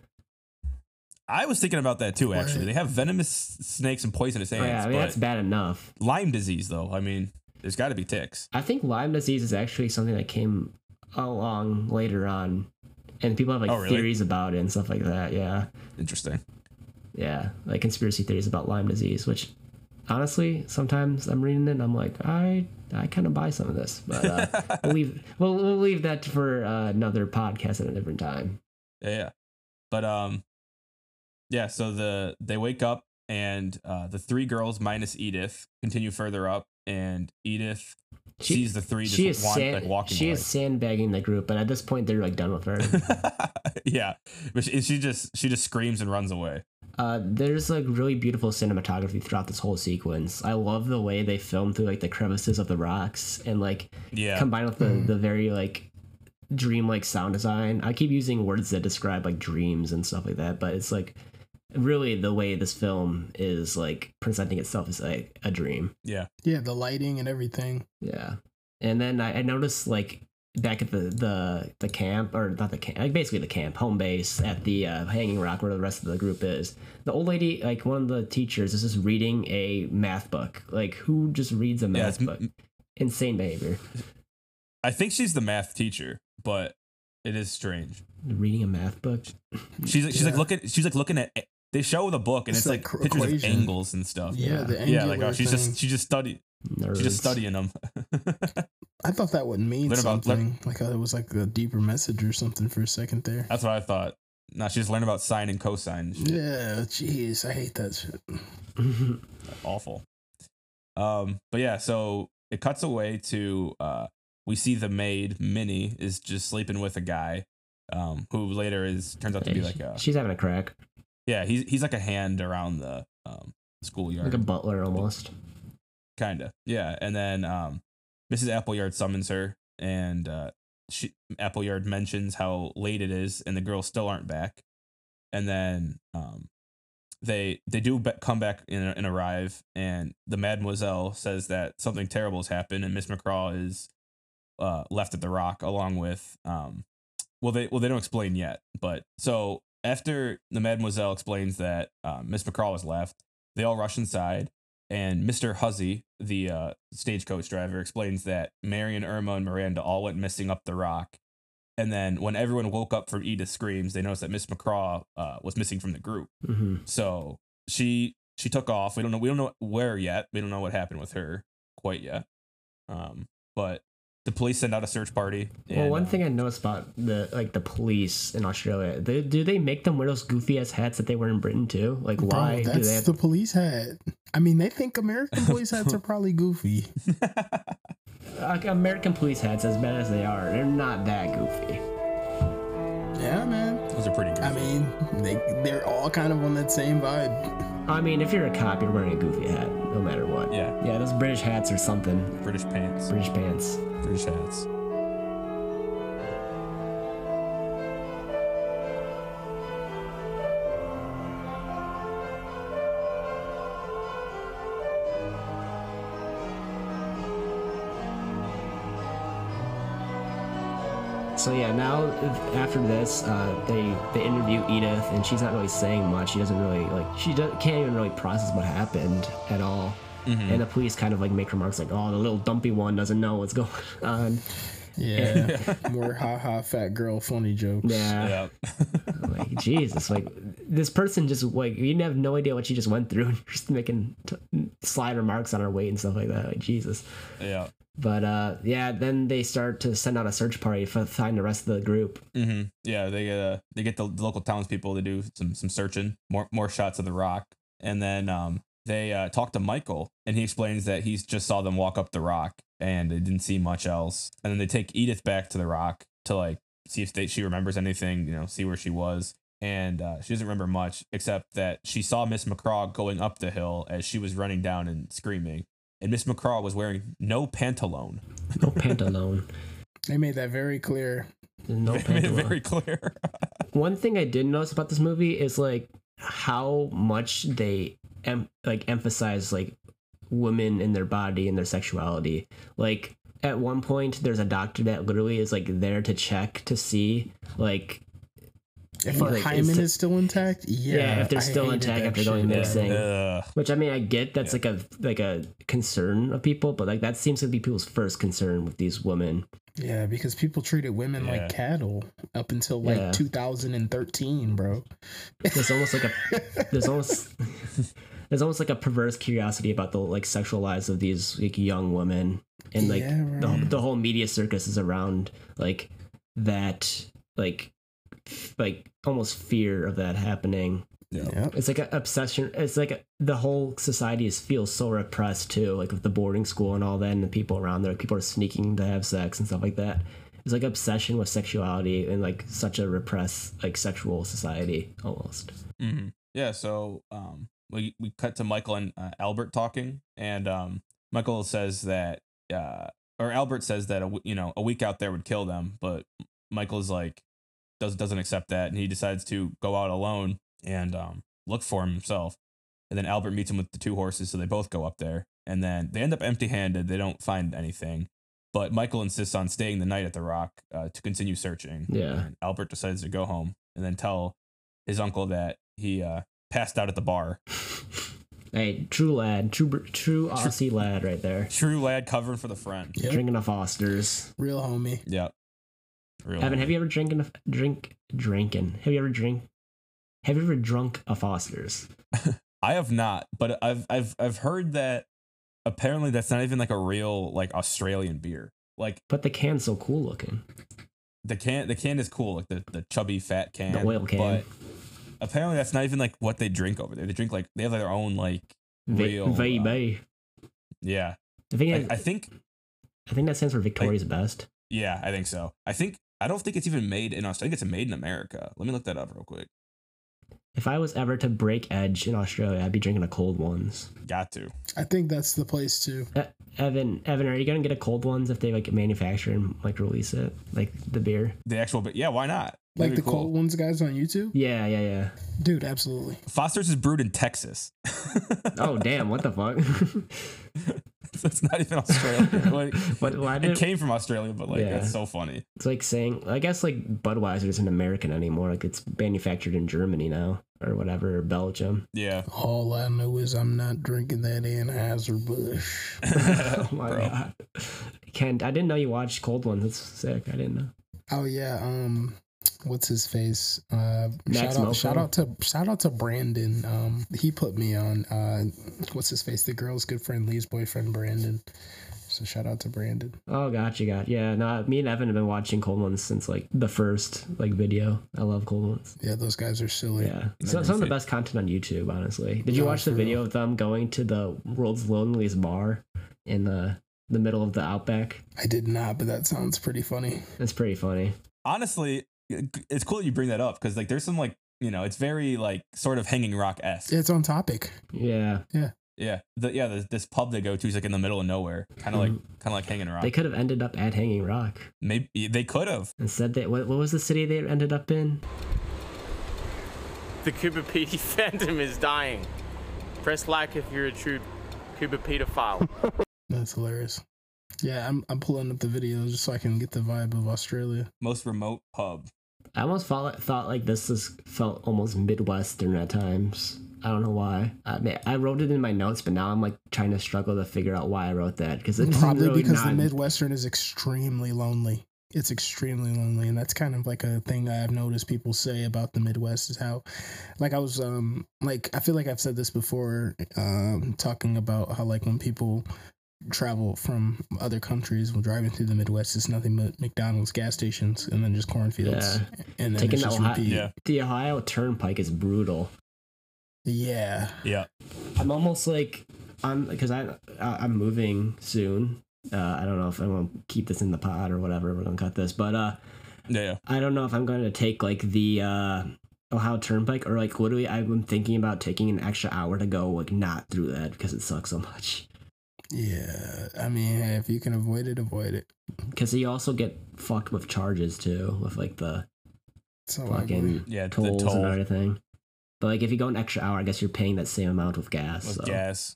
Speaker 2: I was thinking about that too. Actually,
Speaker 3: Right.
Speaker 2: they have venomous snakes and poisonous
Speaker 4: Oh,
Speaker 2: ants,
Speaker 4: yeah, I mean
Speaker 2: but
Speaker 4: that's bad enough.
Speaker 2: Lyme disease though. I mean, there's got to be ticks.
Speaker 4: I think Lyme disease is actually something that came along later on, and people have like
Speaker 2: Oh, really?
Speaker 4: theories about it and stuff like that. Yeah,
Speaker 2: Interesting.
Speaker 4: yeah, like conspiracy theories about Lyme disease, which honestly, sometimes I'm reading it and I'm like, I I kind of buy some of this, but uh, we'll leave we'll, we'll leave that for uh, another podcast at a different time.
Speaker 2: Yeah, yeah. But um yeah, so the they wake up and uh the three girls minus Edith continue further up and Edith
Speaker 4: She-
Speaker 2: sees the three just
Speaker 4: She is
Speaker 2: wan-
Speaker 4: sand-
Speaker 2: like walking
Speaker 4: she
Speaker 2: away.
Speaker 4: is sandbagging the group, but at this point they're like done with her.
Speaker 2: yeah. But she, she just she just screams and runs away.
Speaker 4: Uh, there's like really beautiful cinematography throughout this whole sequence. I love the way they film through like the crevices of the rocks and like
Speaker 2: Yeah.
Speaker 4: combined with the, the very like dreamlike sound design. I keep using words that describe like dreams and stuff like that, but it's like really the way this film is like presenting itself as like a dream.
Speaker 2: yeah.
Speaker 3: Yeah, the lighting and everything.
Speaker 4: Yeah. And then I, I noticed like back at the the the camp or not the camp like basically the camp home base at the uh, hanging rock where the rest of the group is the old lady like one of the teachers is just reading a math book like who just reads a
Speaker 2: Yeah, it's
Speaker 4: math
Speaker 2: m-
Speaker 4: book insane behavior
Speaker 2: I think she's the math teacher, but it is strange.
Speaker 4: reading a math book
Speaker 2: She's like she's like looking she's like looking at eh, they show the book and
Speaker 3: It's
Speaker 2: it's,
Speaker 3: like
Speaker 2: like,
Speaker 3: cr-
Speaker 2: pictures
Speaker 3: equation.
Speaker 2: of angles and stuff.
Speaker 3: Yeah, the
Speaker 2: Yeah, like
Speaker 3: angular
Speaker 2: oh, she's
Speaker 3: thing.
Speaker 2: just she just study she's
Speaker 4: Nerds.
Speaker 2: just studying them.
Speaker 3: I thought that would mean
Speaker 2: Learn about-
Speaker 3: something. like uh, it was like a deeper message or something for a second there.
Speaker 2: That's what I thought. No, she just learned about sine and cosine. and shit.
Speaker 3: Yeah, jeez, I hate that shit.
Speaker 2: awful. Um, but yeah, so it cuts away to uh, we see the maid Minnie is just sleeping with a guy, um, who later is turns out to be like a
Speaker 4: she's having a crack
Speaker 2: yeah he's he's like a hand around the um, schoolyard
Speaker 4: like a butler almost
Speaker 2: kind of yeah, and then um, Mrs. Appleyard summons her and uh, she Appleyard mentions how late it is and the girls still aren't back, and then um, they they do be- come back and, and arrive, and the Mademoiselle says that something terrible has happened, and Miss McCraw is uh, left at the Rock along with um, well they well they don't explain yet, but so after the Mademoiselle explains that uh, Miss McCraw was left, they all rush inside. And Mr. Huzzy, the uh, stagecoach driver, explains that Marion, Irma, and Miranda all went missing up the rock. And then when everyone woke up from Edith's screams, they noticed that Miss McCraw uh, was missing from the group.
Speaker 4: hmm
Speaker 2: So she she took off. We don't know we don't know where yet. We don't know what happened with her quite yet. Um, but the police send out a search party.
Speaker 4: well,
Speaker 2: and,
Speaker 4: one
Speaker 2: uh,
Speaker 4: thing I noticed about the like the police in Australia, they, do they make them wear those goofy ass hats that they wear in Britain too? Like, why
Speaker 3: Bro,
Speaker 4: do
Speaker 3: that's
Speaker 4: they? Have,
Speaker 3: the police hat. I mean, they think American police hats are probably goofy.
Speaker 4: like, American police hats, as bad as they are, they're not that goofy.
Speaker 3: Yeah, man.
Speaker 2: those are pretty good.
Speaker 3: I mean, they they're all kind of on that same vibe.
Speaker 4: I mean, if you're a cop, you're wearing a goofy hat, no matter what.
Speaker 2: Yeah.
Speaker 4: yeah, those British hats or something,
Speaker 2: British pants,
Speaker 4: British pants.
Speaker 2: British hats.
Speaker 4: So yeah, now after this, uh, they they interview Edith, and she's not really saying much. She doesn't really like she do- can't even really process what happened at all. And the police kind of like make remarks like, "Oh, the little dumpy one doesn't know what's going on."
Speaker 3: Yeah, more ha ha fat girl funny jokes.
Speaker 4: Yeah,
Speaker 2: Yeah.
Speaker 4: like Jesus, like this person just like you have no idea what she just went through, and you're just making t- slide remarks on her weight and stuff like that. Like Jesus.
Speaker 2: yeah.
Speaker 4: But uh, yeah, then they start to send out a search party to find the rest of the group.
Speaker 2: hmm Yeah, they get uh, they get the local townspeople to do some some searching, more more shots of the rock, and then um, they uh, talk to Michael, and he explains that he's just saw them walk up the rock, and they didn't see much else, and then they take Edith back to the rock to like see if they, she remembers anything, you know, see where she was, and uh, she doesn't remember much except that she saw Miss McCraw going up the hill as she was running down and screaming, and Miss McCraw was wearing no pantalone,
Speaker 4: No pantalone.
Speaker 3: They made that very clear.
Speaker 4: No
Speaker 2: made it
Speaker 4: pantalone.
Speaker 2: very clear.
Speaker 4: one thing I did notice about this movie is like how much they em- like emphasize like women and their body and their sexuality. Like at one point, there's a doctor that literally is like there to check to see like
Speaker 3: If our
Speaker 4: Like,
Speaker 3: hymen
Speaker 4: is
Speaker 3: is,
Speaker 4: it-
Speaker 3: still intact, yeah.
Speaker 4: Yeah, if they're
Speaker 3: I
Speaker 4: still
Speaker 3: hated
Speaker 4: intact
Speaker 3: that
Speaker 4: after going
Speaker 3: shit.
Speaker 4: missing.
Speaker 2: Ugh.
Speaker 4: which I mean I get that's like a like a concern of people, but like that seems to be people's first concern with these women.
Speaker 3: Yeah, because people treated women
Speaker 2: Yeah.
Speaker 3: like cattle up until like
Speaker 4: Yeah.
Speaker 3: 2013, bro.
Speaker 4: There's almost like a there's almost there's almost like a perverse curiosity about the like sexual lives of these like young women and like
Speaker 3: Yeah,
Speaker 4: the,
Speaker 3: right.
Speaker 4: the whole media circus is around like that like f- like almost fear of that happening
Speaker 2: Yeah.
Speaker 3: Yep.
Speaker 4: it's like an obsession it's like a, the whole society is feels so repressed too like with the boarding school and all that and the people around there people are sneaking to have sex and stuff like that it's like obsession with sexuality and like such a repressed like sexual society almost
Speaker 2: hmm Yeah. So um, we we cut to Michael and uh, Albert talking, and um, Michael says that, uh, or Albert says that a w- you know a week out there would kill them, but Michael's like does doesn't accept that, and he decides to go out alone and um, look for him himself. And then Albert meets him with the two horses, so they both go up there, and then they end up empty-handed. They don't find anything. But Michael insists on staying the night at the rock uh, to continue searching.
Speaker 4: Yeah.
Speaker 2: And Albert decides to go home and then tell his uncle that he uh, passed out at the bar.
Speaker 4: hey true lad true Br- true aussie lad right there
Speaker 2: True lad covering for the friend.
Speaker 3: Yep.
Speaker 4: drinking a foster's
Speaker 3: Real homie.
Speaker 2: Yep. Real
Speaker 4: evan have you ever drinking a f- drink drinking have you ever drink have you ever drunk a foster's
Speaker 2: I have not, but I've I've I've heard that apparently that's not even like a real like Australian beer. Like
Speaker 4: but the can's so cool looking
Speaker 2: the can the can is cool, like the, the chubby fat can.
Speaker 4: the oil can
Speaker 2: But apparently that's not even like what they drink over there. They drink like they have their own like
Speaker 4: Va-
Speaker 2: real,
Speaker 4: VB.
Speaker 2: uh, yeah.
Speaker 4: I think
Speaker 2: I,
Speaker 4: it-
Speaker 2: I think
Speaker 4: I think that stands for Victoria's Best.
Speaker 2: yeah, I think so. I think I don't think it's even made in Australia. I think it's made in America. Let me look that up real quick.
Speaker 4: If I was ever to break edge in Australia, I'd be drinking a cold ones.
Speaker 2: Got to.
Speaker 3: I think that's the place to.
Speaker 4: E- Evan, Evan, are you gonna get a cold ones if they like manufacture and like release it, like the beer?
Speaker 2: The actual, but yeah, why not?
Speaker 3: Like
Speaker 2: That'd be
Speaker 3: the
Speaker 2: cool.
Speaker 3: cold ones guys on YouTube?
Speaker 4: Yeah, yeah, yeah.
Speaker 3: Dude, absolutely.
Speaker 2: Foster's is brewed in Texas.
Speaker 4: Oh damn, what the fuck?
Speaker 2: So it's not even Australia. Like,
Speaker 4: What- why
Speaker 2: it
Speaker 4: did-
Speaker 2: came from Australia, but like
Speaker 4: Yeah.
Speaker 2: that's so funny.
Speaker 4: it's like saying, I guess like Budweiser isn't American anymore. Like it's manufactured in Germany now or whatever, or Belgium.
Speaker 2: Yeah.
Speaker 3: All I know is I'm not drinking that Anheuser-Busch.
Speaker 4: oh my god, Kent, I didn't know you watched cold ones. That's sick. I didn't know.
Speaker 3: Oh yeah, um what's his face? Uh
Speaker 4: Max
Speaker 3: shout out
Speaker 4: Mofo.
Speaker 3: shout out to shout out to Brandon. Um he put me on uh what's his face? The girl's good friend Lee's boyfriend Brandon. So shout out to Brandon.
Speaker 4: Oh, gotcha, got yeah. No, me and Evan have been watching Cold Ones since like the first like video. I love Cold Ones.
Speaker 3: Yeah, those guys are silly.
Speaker 4: Yeah, so, some of the best content on YouTube, honestly. Did you
Speaker 3: No,
Speaker 4: watch the
Speaker 3: for
Speaker 4: video of them going to the world's loneliest bar in the the middle of the outback?
Speaker 3: I did not, but that sounds pretty funny.
Speaker 4: That's pretty funny.
Speaker 2: Honestly, it's cool that you bring that up because like there's some like you know it's very like sort of hanging rock esque.
Speaker 3: It's on topic.
Speaker 4: Yeah,
Speaker 2: Yeah. The, yeah. The, this pub they go to is like in the middle of nowhere, kind of like kind of like hanging rock.
Speaker 4: Mm-hmm. they could have ended up at Hanging Rock.
Speaker 2: Maybe they could have.
Speaker 4: Instead, they what, what was the city they ended up in?
Speaker 6: The Cuba Pete fandom is dying. Press like if you're a true Cuba pedophile.
Speaker 3: That's hilarious. Yeah, I'm I'm pulling up the video just so I can get the vibe of Australia.
Speaker 2: Most remote pub.
Speaker 4: I almost thought, thought like this is felt almost midwestern at times. I don't know why. I mean, I wrote it in my notes, but now I'm like trying to struggle to figure out why I wrote that because it's
Speaker 3: Probably
Speaker 4: really
Speaker 3: because the
Speaker 4: not-
Speaker 3: Midwestern is extremely lonely. It's extremely lonely, and that's kind of like a thing I've noticed people say about the Midwest is how, like, I was um like I feel like I've said this before, um talking about how like when people travel from other countries when driving through the Midwest, it's nothing but McDonald's, gas stations, and then just cornfields,
Speaker 4: Yeah.
Speaker 3: and then
Speaker 4: Taking
Speaker 3: it's
Speaker 4: the
Speaker 3: just
Speaker 4: Ohio,
Speaker 3: repeat.
Speaker 2: Yeah.
Speaker 4: the Ohio Turnpike is brutal.
Speaker 3: yeah,
Speaker 2: Yeah.
Speaker 4: I'm almost like I'm because I I- I'm moving soon. Uh, I don't know if I'm gonna keep this in the pod or whatever. We're gonna cut this, but uh,
Speaker 2: Yeah. yeah.
Speaker 4: I don't know if I'm going to take like the uh, Ohio Turnpike or like literally I'm thinking about taking an extra hour to go like not through that because it sucks so much.
Speaker 3: yeah. I mean, hey, if you can avoid it, avoid it.
Speaker 4: Because you also get fucked with charges too with like the
Speaker 3: So
Speaker 4: fucking
Speaker 2: Yeah, the
Speaker 4: tolls
Speaker 2: toll.
Speaker 4: and everything. But like if you go an extra hour, I guess you're paying that same amount of gas.
Speaker 2: With
Speaker 4: So,
Speaker 2: gas.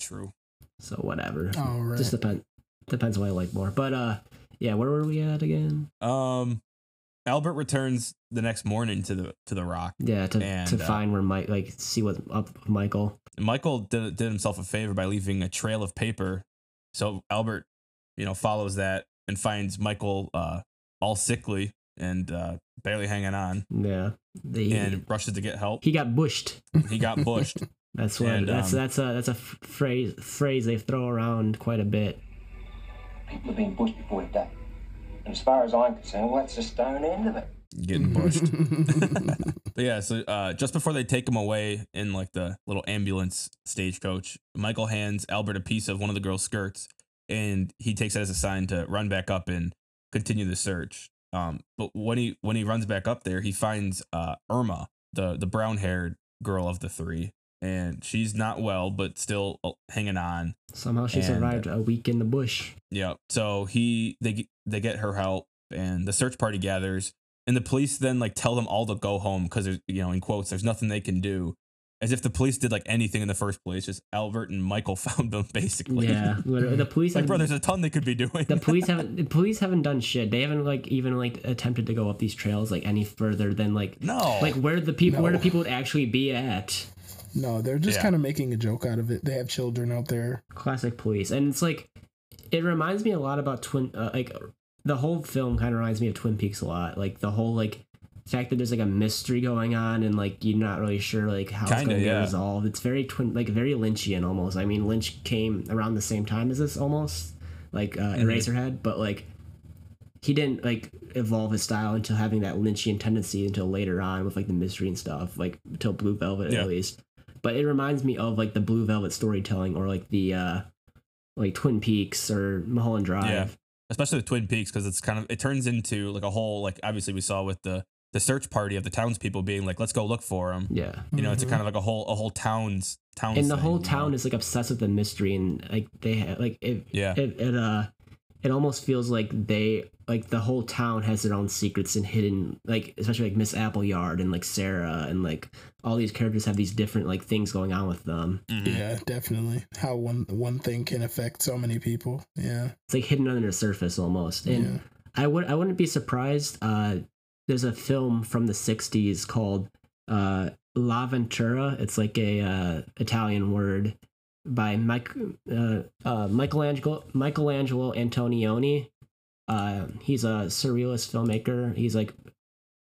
Speaker 2: True.
Speaker 4: so whatever.
Speaker 3: All right.
Speaker 4: Just depend depends what I like more. But uh, yeah, where were we at again?
Speaker 2: Um, Albert returns the next morning to the to the Rock.
Speaker 4: Yeah, to
Speaker 2: And,
Speaker 4: to
Speaker 2: uh,
Speaker 4: find where Mike like see what's up with Michael.
Speaker 2: And Michael did, did himself a favor by leaving a trail of paper. So Albert, you know, follows that and finds Michael uh, all sickly and uh, barely hanging on
Speaker 4: Yeah, the
Speaker 2: and rushes to get help.
Speaker 4: he got bushed.
Speaker 2: He got bushed.
Speaker 4: That's what
Speaker 2: And,
Speaker 4: that's
Speaker 2: um,
Speaker 4: that's a that's a f- phrase phrase they throw around quite a bit.
Speaker 9: People have been pushed before they die. And as far as I'm concerned, well, that's the stone end of it.
Speaker 2: getting pushed. but yeah, so uh, just before they take him away in like the little ambulance stagecoach, Michael hands Albert a piece of one of the girl's skirts, and he takes that as a sign to run back up and continue the search. Um, but when he when he runs back up there, he finds uh, Irma, the the brown haired girl of the three, and she's not well, but still uh, hanging on.
Speaker 4: Somehow she
Speaker 2: And- uh,
Speaker 4: survived a week in the bush.
Speaker 2: Yeah. So he they g- they get her help, and the search party gathers, and the police then like tell them all to go home because there's you know in quotes there's nothing they can do, as if the police did like anything in the first place. Just Albert and Michael found them basically.
Speaker 4: Yeah, literally, the police
Speaker 2: like
Speaker 4: have-
Speaker 2: bro, there's a ton they could be doing.
Speaker 4: the police haven't the police haven't done shit. They haven't like even like attempted to go up these trails like any further than like
Speaker 2: no.
Speaker 4: like where the people where do
Speaker 3: No.
Speaker 4: people would actually be at.
Speaker 3: No, they're just
Speaker 2: Yeah.
Speaker 3: kind of making a joke out of it. They have children out there.
Speaker 4: classic police and it's like it reminds me a lot about twin uh, like the whole film kind of reminds me of twin peaks a lot like the whole like fact that there's like a mystery going on and like you're not really sure like how it's
Speaker 2: Kinda,
Speaker 4: going to
Speaker 2: yeah.
Speaker 4: get resolved it's very twin like very lynchian almost i mean lynch came around the same time as this almost like uh
Speaker 2: Mm-hmm.
Speaker 4: eraserhead but like he didn't like evolve his style until having that lynchian tendency until later on with like the mystery and stuff like until blue velvet
Speaker 2: Yeah.
Speaker 4: at least but it reminds me of like the blue velvet storytelling or like the uh like twin peaks or mulholland drive
Speaker 2: Yeah. especially with Twin Peaks because it's kind of it turns into like a whole like obviously we saw with the the search party of the townspeople being like let's go look for him.
Speaker 4: yeah Mm-hmm.
Speaker 2: You know, it's a kind of like a whole a whole town's town.
Speaker 4: and the whole town is like obsessed with the mystery and like they ha- like it
Speaker 2: Yeah.
Speaker 4: it, it uh it almost feels like they like the whole town has their own secrets and hidden like especially like miss appleyard and like sarah and like all these characters have these different like things going on with them
Speaker 2: Mm-hmm.
Speaker 3: Yeah, definitely. How one one thing can affect so many people. Yeah.
Speaker 4: it's like hidden under the surface almost and
Speaker 3: Yeah.
Speaker 4: I would I wouldn't be surprised. Uh, there's a film from the '60s called uh, La Ventura. It's like a uh, Italian word by Mike uh, uh, Michelangelo Michelangelo Antonioni. Uh, he's a surrealist filmmaker. He's like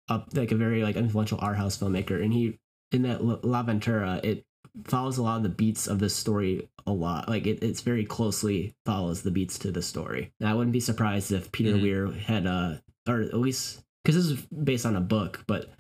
Speaker 4: up like a very like influential art house filmmaker, and he in that La La Ventura it follows a lot of the beats of this story a lot. Like it, it's very closely follows the beats to the story. And I wouldn't be surprised if Peter
Speaker 2: Mhm.
Speaker 4: Weir had uh or at least because this is based on a book, but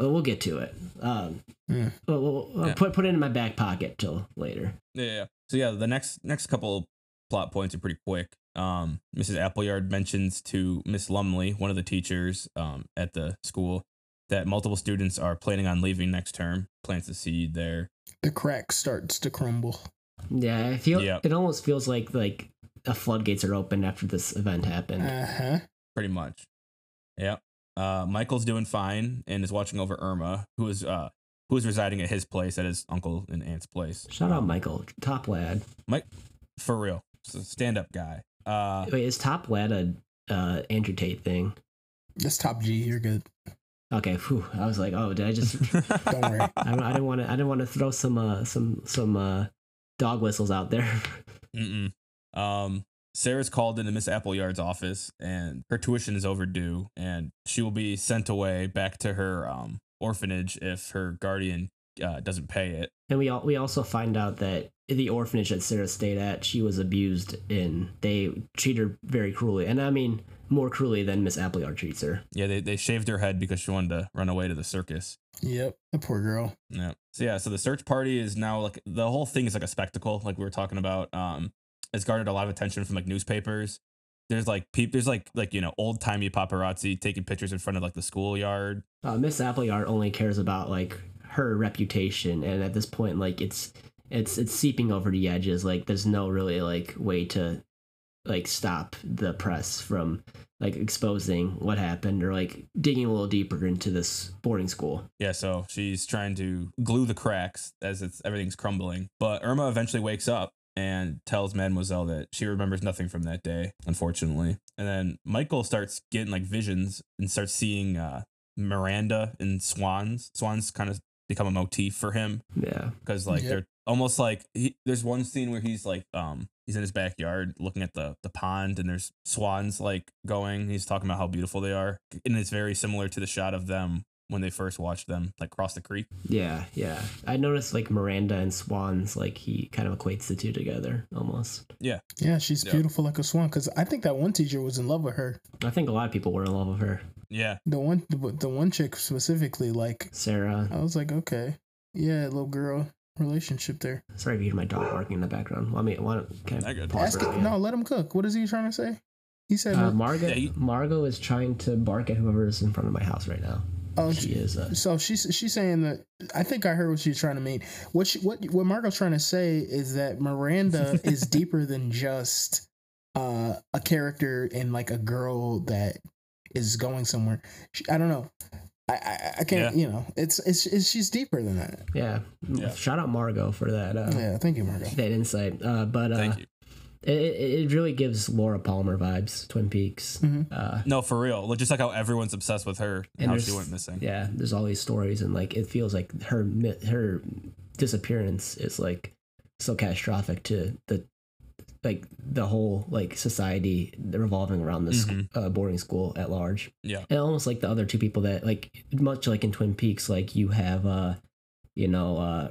Speaker 4: uh, we'll get to it. Um,
Speaker 3: Yeah.
Speaker 4: we'll, we'll- we'll
Speaker 2: Yeah.
Speaker 4: put put it in my back pocket till later.
Speaker 2: Yeah, yeah. So yeah, the next next couple plot points are pretty quick. Um, Mrs. Appleyard mentions to Miss Lumley, one of the teachers um, at the school, that multiple students are planning on leaving next term. Plants the seed there.
Speaker 3: The crack starts to crumble.
Speaker 4: Yeah, I feel
Speaker 2: Yep.
Speaker 4: it almost feels like like a floodgates are open after this event happened.
Speaker 2: Mm.
Speaker 3: Uh huh.
Speaker 2: pretty much. Yep. Uh, Michael's doing fine and is watching over Irma, who is uh, who is residing at his place, at his uncle and aunt's place.
Speaker 4: Shout out Michael, top lad.
Speaker 2: Mike, for real, stand up guy. Uh,
Speaker 4: Wait, is top lad a uh, Andrew Tate thing?
Speaker 3: That's top G. You're good.
Speaker 4: Okay, whew, I was like, oh, did I just
Speaker 3: Don't worry.
Speaker 4: I, don't- I didn't want to. I didn't want to throw some uh, some some uh, dog whistles out there.
Speaker 2: Mm-mm. Um, Sarah's called into Miss Appleyard's office, and her tuition is overdue, and she will be sent away back to her um, orphanage if her guardian uh, doesn't pay it.
Speaker 4: and we all, we also find out that the orphanage that Sarah stayed at, she was abused, and they treat her very cruelly. And I mean, more cruelly than Miss Appleyard treats her.
Speaker 2: Yeah, they, they shaved her head because she wanted to run away to the circus.
Speaker 3: Yep. The poor girl.
Speaker 2: Yeah. So yeah, so the search party is now like the whole thing is like a spectacle, like we were talking about. Um, it's garnered a lot of attention from like newspapers. There's like peop there's like like you know old timey paparazzi taking pictures in front of like the schoolyard.
Speaker 4: Uh, Miss Appleyard only cares about like her reputation, and at this point, like it's it's it's seeping over the edges. Like there's no really like way to like stop the press from like exposing what happened or like digging a little deeper into this boarding school.
Speaker 2: Yeah, so she's trying to glue the cracks as it's everything's crumbling. But Irma eventually wakes up and tells Mademoiselle that she remembers nothing from that day, unfortunately. And then Michael starts getting like visions and starts seeing uh, Miranda and swans. Swans kind of become a motif for him
Speaker 4: Yeah.
Speaker 2: because like
Speaker 3: Yep.
Speaker 2: they're almost like he, there's one scene where he's like um he's in his backyard looking at the the pond and there's swans like going he's talking about how beautiful they are and it's very similar to the shot of them when they first watched them, like cross the creek.
Speaker 4: Yeah, yeah. I noticed like Miranda and Swans, like he kind of equates the two together almost.
Speaker 2: Yeah,
Speaker 3: Yeah, she's
Speaker 2: Yeah.
Speaker 3: beautiful like a swan. Because I think that one teacher was in love with her.
Speaker 4: I think a lot of people were in love with her.
Speaker 2: yeah,
Speaker 3: The one, the, the one chick specifically. Like
Speaker 4: Sarah.
Speaker 3: I was like, okay, yeah, little girl relationship there.
Speaker 4: Sorry if you hear my dog barking in the background. Let me want can
Speaker 2: I
Speaker 4: I
Speaker 2: got it.
Speaker 4: pause
Speaker 3: Ask
Speaker 4: for a
Speaker 3: it,
Speaker 4: second?
Speaker 3: no, let him cook. What is he trying to say? He said,
Speaker 4: Uh, Margo,
Speaker 2: Yeah, you-
Speaker 4: Margo is trying to bark at whoever is in front of my house right now.
Speaker 3: "Oh,
Speaker 4: She is. Uh,
Speaker 3: So she's she's saying that I think I heard what she's trying to mean. What she, what what Marco's trying to say is that Miranda is deeper than just uh, a character and like a girl that is going somewhere. She, I don't know. I I, I can't.
Speaker 2: Yeah.
Speaker 3: You know, it's, it's it's she's deeper than that.
Speaker 4: yeah.
Speaker 2: Yeah.
Speaker 4: Shout out Margo for that. Uh,
Speaker 3: Yeah. Thank you, Marco.
Speaker 4: That insight. Uh, but uh,
Speaker 2: thank you.
Speaker 4: It, it it really gives Laura Palmer vibes. Twin Peaks.
Speaker 3: Mhm.
Speaker 4: Uh,
Speaker 2: No, for real. Like, just like how everyone's obsessed with her and,
Speaker 4: And
Speaker 2: how
Speaker 4: there's-
Speaker 2: she went missing.
Speaker 4: yeah. There's all these stories, and like it feels like her mi- her disappearance is like so catastrophic to the like the whole like society revolving around this
Speaker 2: Mhm.
Speaker 4: uh, boarding school at large.
Speaker 2: Yeah.
Speaker 4: and almost like the other two people that like much like in Twin Peaks, like you have uh you know uh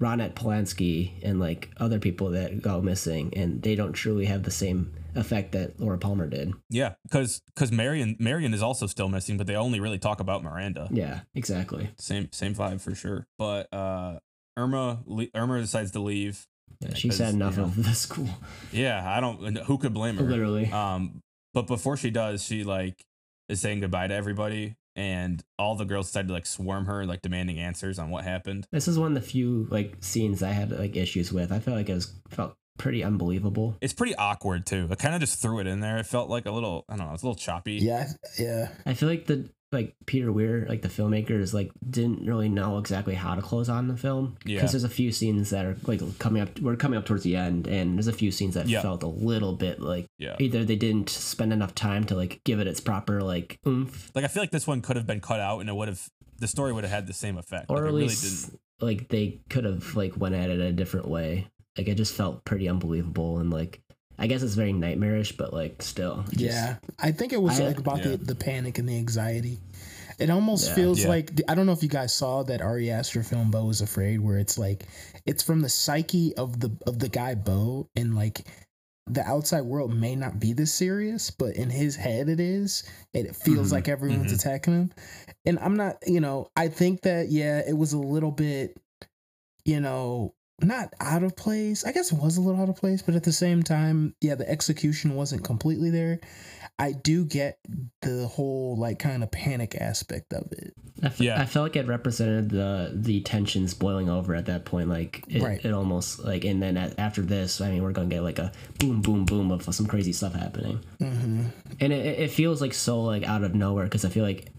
Speaker 4: Ronette Polanski and like other people that go missing and they don't truly have the same effect that Laura Palmer did.
Speaker 2: Yeah, because because Marion Marion is also still missing, but they only really talk about Miranda.
Speaker 4: Yeah, exactly.
Speaker 2: Same same vibe for sure. But uh Irma le- Irma decides to leave.
Speaker 4: Yeah, she's
Speaker 2: Because,
Speaker 4: had enough
Speaker 2: you know,
Speaker 4: of the school.
Speaker 2: Yeah, I don't. and Who could blame her?
Speaker 4: Literally.
Speaker 2: Um, but before she does, she like is saying goodbye to everybody, and all the girls decide to like swarm her, like demanding answers on what happened.
Speaker 4: This is one of the few like scenes I had like issues with. I felt like it was felt pretty unbelievable.
Speaker 2: It's pretty awkward too. I kind of just threw it in there. It felt like a little. I don't know. It's a little choppy.
Speaker 3: Yeah. Yeah.
Speaker 4: I feel like the like Peter Weir, like the filmmaker, is like didn't really know exactly how to close on the film because
Speaker 2: Yeah.
Speaker 4: there's a few scenes that are like coming up. We're coming up towards the end, and there's a few scenes that
Speaker 2: Yeah.
Speaker 4: felt a little bit like
Speaker 2: Yeah.
Speaker 4: either they didn't spend enough time to like give it its proper like oomph,
Speaker 2: Like I feel like this one could have been cut out, and it would have the story would have had the same effect.
Speaker 4: or
Speaker 2: like, it
Speaker 4: at
Speaker 2: really
Speaker 4: least like they could have like went at it a different way. Like it just felt pretty unbelievable, and like I guess it's very nightmarish, but like still, just-
Speaker 3: Yeah, I think it was
Speaker 4: I-
Speaker 3: like about
Speaker 2: Yeah.
Speaker 3: the, the panic and the anxiety. It almost
Speaker 4: Yeah.
Speaker 3: feels
Speaker 2: Yeah.
Speaker 3: like I don't know if you guys saw that Ari Aster film Bo is Afraid, where it's like it's from the psyche of the of the guy Bo, and like the outside world may not be this serious, but in his head it is. and It feels
Speaker 2: Mhm.
Speaker 3: like everyone's
Speaker 2: Mhm.
Speaker 3: attacking him, and I'm not. You know, I think that yeah, it was a little bit. You know, not out of place. I guess it was a little out of place, but at the same time, yeah, the execution wasn't completely there. I do get the whole like kind of panic aspect of it.
Speaker 4: I f-
Speaker 2: Yeah.
Speaker 4: I felt like it represented the the tensions boiling over at that point. Like it,
Speaker 3: Right.
Speaker 4: it almost like, and then a after this, I mean, we're gonna get like a boom, boom, boom of some crazy stuff happening,
Speaker 3: Mm-hmm.
Speaker 4: and it, it- it feels like so like out of nowhere because I feel like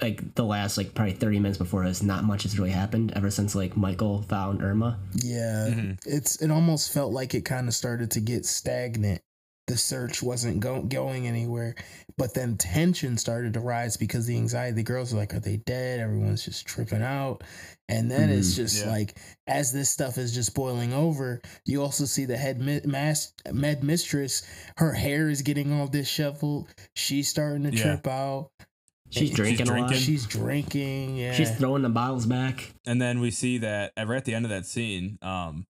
Speaker 4: like the last like probably thirty minutes before this, not much has really happened ever since like Michael found Irma.
Speaker 3: Yeah,
Speaker 2: Mhm.
Speaker 3: it's it almost felt like it kind of started to get stagnant. The search wasn't go- going anywhere, but then tension started to rise because the anxiety. The girls are like, "Are they dead?" Everyone's just tripping out, and then it's
Speaker 4: Mhm,
Speaker 3: just
Speaker 2: Mm-hmm. yeah.
Speaker 3: like as this stuff is just boiling over. You also see the head mi- mas- med mistress. Her hair is getting all disheveled. She's starting to
Speaker 2: Yeah.
Speaker 3: trip out.
Speaker 4: She's
Speaker 3: She's
Speaker 4: drinking a lot.
Speaker 2: drinking.
Speaker 4: She's,
Speaker 3: She's drinking. Yeah,
Speaker 4: throwing the bottles back.
Speaker 2: and then we see that uh, right at the end of that scene, um,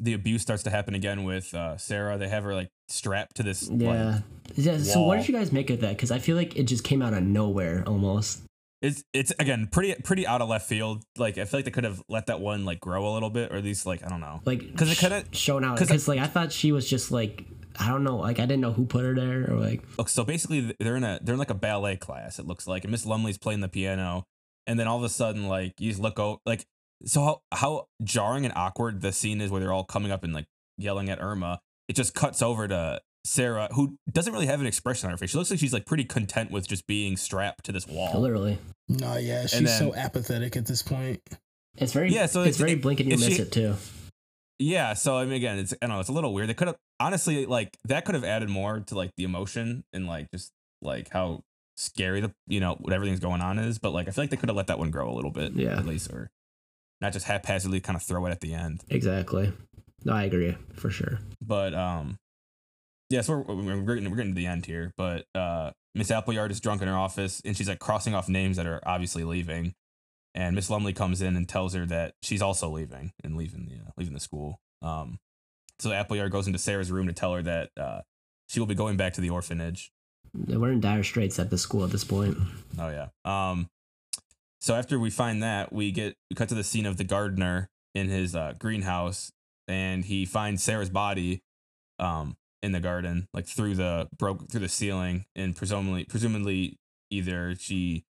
Speaker 2: the abuse starts to happen again with uh, Sarah. They have her like strapped to this.
Speaker 4: Yeah.
Speaker 2: Like,
Speaker 4: yeah. So what
Speaker 2: wall.
Speaker 4: did you guys make of that? Because I feel like it just came out of nowhere almost.
Speaker 2: it's it's again pretty pretty out of left field. Like I feel like they could have let that one like grow a little bit, or at least like I don't know.
Speaker 4: like
Speaker 2: 'Cause it
Speaker 4: sh-
Speaker 2: kinda-
Speaker 4: shown out
Speaker 2: 'cause,
Speaker 4: because like, I thought she was just like I don't know like I didn't know who put her there or like
Speaker 2: Look, so basically they're in a they're in like a ballet class. It looks like, and Miss Lumley's playing the piano, and then all of a sudden like you just look out like so how how jarring and awkward the scene is where they're all coming up and like yelling at Irma. It just cuts over to Sarah, who doesn't really have an expression on her face. She looks like she's like pretty content with just being strapped to this wall.
Speaker 4: literally
Speaker 3: no, yeah, she's so apathetic at this point.
Speaker 4: it's very
Speaker 2: Yeah,
Speaker 4: yeah
Speaker 2: so
Speaker 4: so it's,
Speaker 2: it's-
Speaker 4: very
Speaker 2: it-
Speaker 4: blink and you
Speaker 2: if
Speaker 4: miss
Speaker 2: she-
Speaker 4: it too
Speaker 2: Yeah, so I mean, again, it's I don't know, it's a little weird. They could have honestly like that could have added more to like the emotion and like just like how scary the you know what everything's going on is. But like I feel like they could have let that one grow a little bit,
Speaker 4: Yeah.
Speaker 2: at least, or not just haphazardly kind of throw it at the end.
Speaker 4: exactly no I agree for sure
Speaker 2: But um, yeah, so we're, we're, getting, we're getting to the end here, but uh, Miss Appleyard is drunk in her office and she's like crossing off names that are obviously leaving. And Miss Lumley comes in and tells her that she's also leaving and leaving the uh, leaving the school. Um, so Appleyard goes into Sarah's room to tell her that uh, she will be going back to the orphanage.
Speaker 4: We're in dire straits at this school at this point.
Speaker 2: Oh yeah. Um, so after we find that, we get we cut to the scene of the gardener in his uh, greenhouse, and he finds Sarah's body, um, in the garden, like through the broke through the ceiling, and presumably presumably either she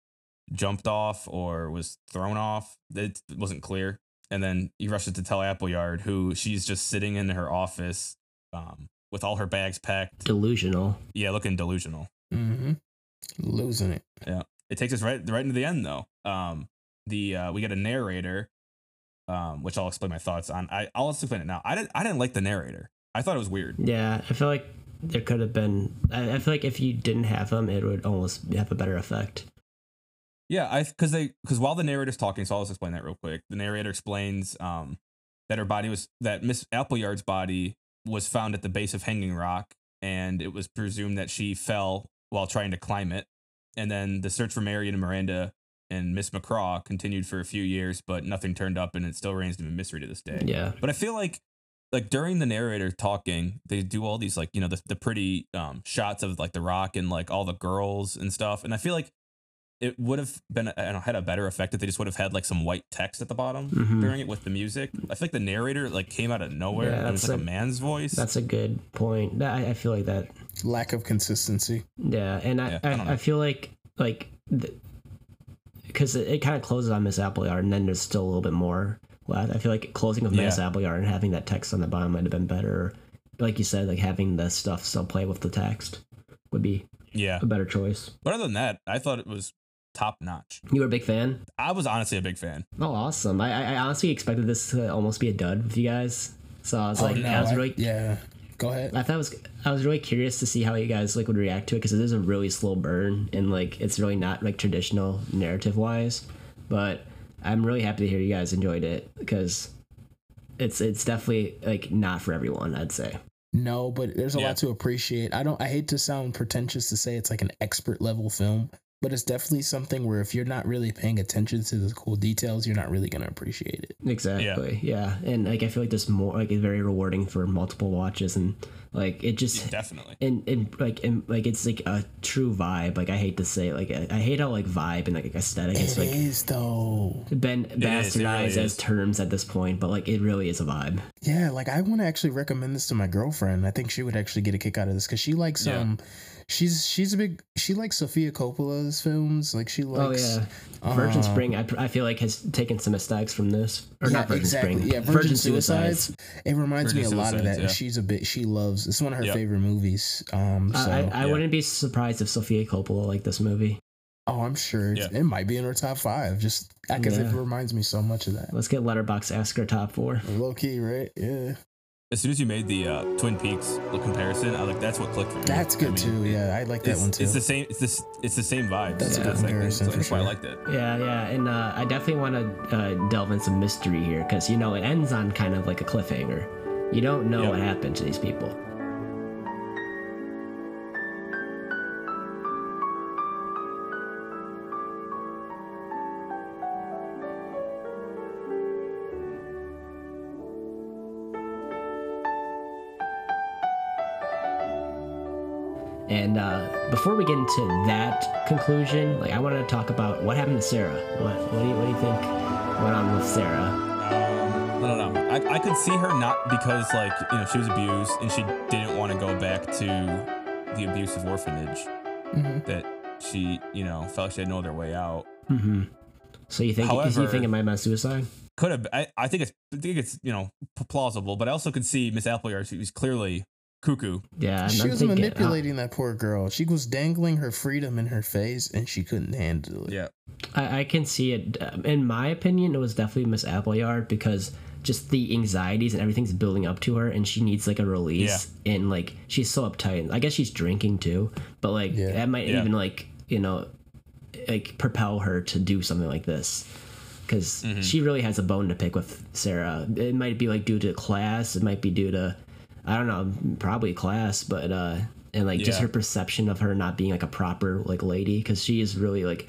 Speaker 2: jumped off or was thrown off. It wasn't clear. And then he rushes to tell Appleyard, who she's just sitting in her office, um, with all her bags packed.
Speaker 4: Delusional.
Speaker 2: Yeah, looking delusional.
Speaker 3: Mm-hmm. Losing it.
Speaker 2: Yeah. It takes us right right into the end though. Um the uh we get a narrator, um, which I'll explain my thoughts on. I, I'll explain it now. I didn't I didn't like the narrator. I thought it was weird.
Speaker 4: Yeah, I feel like there could have been. I, I feel like if you didn't have him, it would almost have a better effect.
Speaker 2: Yeah, I because they because while the narrator's talking, so I'll just explain that real quick. The narrator explains um that her body was that Miss Appleyard's body was found at the base of Hanging Rock, and it was presumed that she fell while trying to climb it. And then the search for Marion and Miranda and Miss McCraw continued for a few years, but nothing turned up, and it still reigns a mystery to this day.
Speaker 4: Yeah.
Speaker 2: But I feel like like during the narrator talking, they do all these like you know the the pretty um shots of like the rock and like all the girls and stuff, and I feel like it would have been I don't know, had a better effect if they just would have had like some white text at the bottom
Speaker 4: Mhm.
Speaker 2: during it with the music. I feel like the narrator like came out of nowhere.
Speaker 4: Yeah,
Speaker 2: and it was
Speaker 4: that's
Speaker 2: like a
Speaker 4: a-
Speaker 2: man's voice.
Speaker 4: That's a good point. That- I, I feel like that.
Speaker 3: Lack of consistency.
Speaker 4: Yeah, and I
Speaker 2: Yeah, I
Speaker 4: I,
Speaker 2: don't know.
Speaker 4: I, feel like like because it, it kind of closes on Miss Appleyard, and then there's still a little bit more. left. I feel like closing with Miss
Speaker 2: Yeah.
Speaker 4: Appleyard and having that text on the bottom might have been better. Like you said, like having the stuff still play with the text would be
Speaker 2: yeah,
Speaker 4: a better choice.
Speaker 2: but other than that, I thought it was top notch.
Speaker 4: You were a big fan.
Speaker 2: I was honestly a big fan.
Speaker 4: Oh, awesome! I, I- I honestly expected this to almost be a dud with you guys, so I was
Speaker 2: Oh,
Speaker 4: like, I was really,
Speaker 3: yeah. Go ahead.
Speaker 4: I thought it was, I was really curious to see how you guys like would react to it because it is a really slow burn and like it's really not like traditional narrative wise, but I'm really happy to hear you guys enjoyed it because it's it's definitely like not for everyone, I'd say.
Speaker 3: No, but there's a
Speaker 2: Yeah.
Speaker 3: lot to appreciate. I don't. I hate to sound pretentious to say it's like an expert level film, but it's definitely something where if you're not really paying attention to the cool details, you're not really gonna appreciate it.
Speaker 4: Exactly. Yeah. And like I feel like there's more like it's very rewarding for multiple watches and like it just
Speaker 2: Definitely.
Speaker 4: and and like and like it's like a true vibe. Like I hate to say, it, like I, I hate how like vibe and like aesthetic
Speaker 3: It
Speaker 4: is
Speaker 3: is
Speaker 4: like
Speaker 3: though.
Speaker 4: been
Speaker 2: is, it really
Speaker 4: bastardized
Speaker 2: is.
Speaker 4: as terms at this point, but like it really is a vibe.
Speaker 3: Yeah, like I want to actually recommend this to my girlfriend. I think she would actually get a kick out of this because she likes
Speaker 2: Yeah.
Speaker 3: um, she's she's a big she likes Sofia Coppola's films. Like she
Speaker 4: Oh
Speaker 3: likes um,
Speaker 4: yeah, Virgin Spring. I, I feel like has taken some mistakes from this, or
Speaker 3: Yeah,
Speaker 4: not Virgin
Speaker 3: exactly.
Speaker 4: Spring.
Speaker 3: Yeah, Virgin, Suicides. It reminds
Speaker 2: Virgin
Speaker 3: me a lot of
Speaker 2: Suicides,
Speaker 3: that.
Speaker 2: yeah.
Speaker 3: and She's a bit. She loves. It's one of her
Speaker 2: Yep.
Speaker 3: favorite movies. Um. So.
Speaker 4: I, I, I
Speaker 2: Yeah.
Speaker 4: wouldn't be surprised if Sofia Coppola liked this movie.
Speaker 3: oh, I'm sure it's, it might be in her top five. Just because it
Speaker 4: Yeah.
Speaker 3: reminds me so much of that.
Speaker 4: Let's get Letterbox ask her top four.
Speaker 3: Low key, right? Yeah.
Speaker 2: As soon as you made the uh, Twin Peaks comparison, I was like, that's what clicked for me.
Speaker 3: That's good
Speaker 2: I mean,
Speaker 3: too. Yeah, I like that
Speaker 2: it's,
Speaker 3: one too.
Speaker 2: It's the same. It's this. It's the same vibe.
Speaker 3: That's a
Speaker 4: good
Speaker 3: comparison for
Speaker 2: That's why I
Speaker 3: sure.
Speaker 2: liked it.
Speaker 4: Yeah, yeah, and uh, I definitely want to uh, delve in some mystery here because you know it ends on kind of like a cliffhanger. You don't know
Speaker 2: Yep.
Speaker 4: what happened to these people. And uh, before we get into that conclusion, like I wanted to talk about what happened to Sarah. What, what, do, you, what do you think went on with Sarah?
Speaker 2: Um, I don't know. I, I could see her not because like you know she was abused and she didn't want to go back to the abusive orphanage
Speaker 3: Mhm.
Speaker 2: that she you know felt like she had no other way out.
Speaker 4: Mm-hmm. So you think you
Speaker 2: However-
Speaker 4: think it might have been suicide?
Speaker 2: Could have. I, I think it's. I think it's you know p- plausible, but I also could see Miss Appleyard. She was clearly cuckoo.
Speaker 4: Yeah,
Speaker 3: she
Speaker 4: I'm
Speaker 3: was
Speaker 4: thinking-
Speaker 3: manipulating that poor girl. She was dangling her freedom in her face, and she couldn't handle it.
Speaker 2: Yeah.
Speaker 4: I, I can see it. Um, In my opinion, it was definitely Miss Appleyard because just the anxieties and everything's building up to her, and she needs like a release. And like she's so uptight. And I guess she's drinking too, but like
Speaker 3: Yeah.
Speaker 4: that might
Speaker 2: Yeah.
Speaker 4: even like you know like propel her to do something like this because
Speaker 2: Mm-hmm.
Speaker 4: she really has a bone to pick with Sarah. It might be like due to class. It might be due to I don't know, probably class, but uh, and like just
Speaker 2: Yeah.
Speaker 4: her perception of her not being like a proper like lady because she is really like,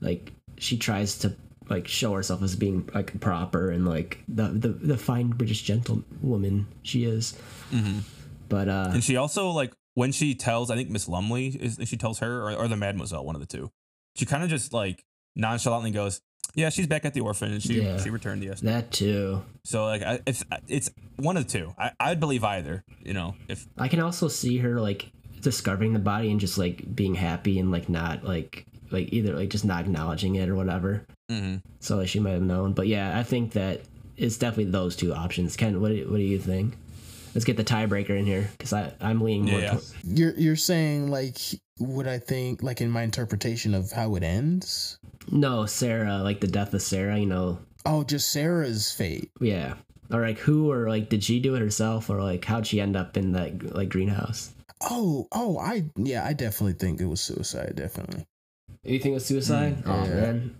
Speaker 4: like she tries to like show herself as being like proper and like the the, the fine British gentlewoman she is. But uh,
Speaker 2: Mm-hmm. And she also like when she tells, I think Miss Lumley is she tells her or, or the Mademoiselle, one of the two. She kind of just like nonchalantly goes, "Yeah, she's back at the orphanage. She
Speaker 4: Yeah.
Speaker 2: she returned yesterday."
Speaker 4: that too.
Speaker 2: So like, I, if it's one of the two, I I'd believe either. You know, if
Speaker 4: I can also see her like discovering the body and just like being happy and like not like like either like just not acknowledging it or whatever.
Speaker 2: mhm.
Speaker 4: So like, she might have known, but yeah, I think that it's definitely those two options. Ken, what do, what do you think? Let's get the tiebreaker in here because I I'm leaning more.
Speaker 2: Yeah.
Speaker 4: to-
Speaker 3: You're you're saying like what I think like in my interpretation of how it ends.
Speaker 4: no, Sarah, like the death of Sarah, you know,
Speaker 3: Oh, just Sarah's fate.
Speaker 4: yeah. Or like who or like did she do it herself or like how'd she end up in that like greenhouse?
Speaker 3: Oh, oh, I yeah, I definitely think it was suicide. Definitely.
Speaker 4: You think it was suicide? oh
Speaker 3: Mm, yeah.
Speaker 4: man,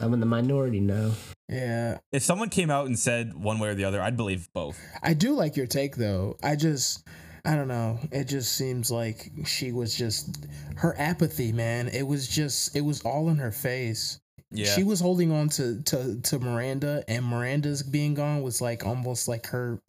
Speaker 4: I'm in the minority now.
Speaker 3: Yeah,
Speaker 2: if someone came out and said one way or the other, I'd believe both.
Speaker 3: I do like your take though. I just I don't know. It just seems like she was just her apathy, man. It was just it was all in her face.
Speaker 2: Yeah,
Speaker 3: She was holding on to, to to Miranda and Miranda's being gone was like almost like her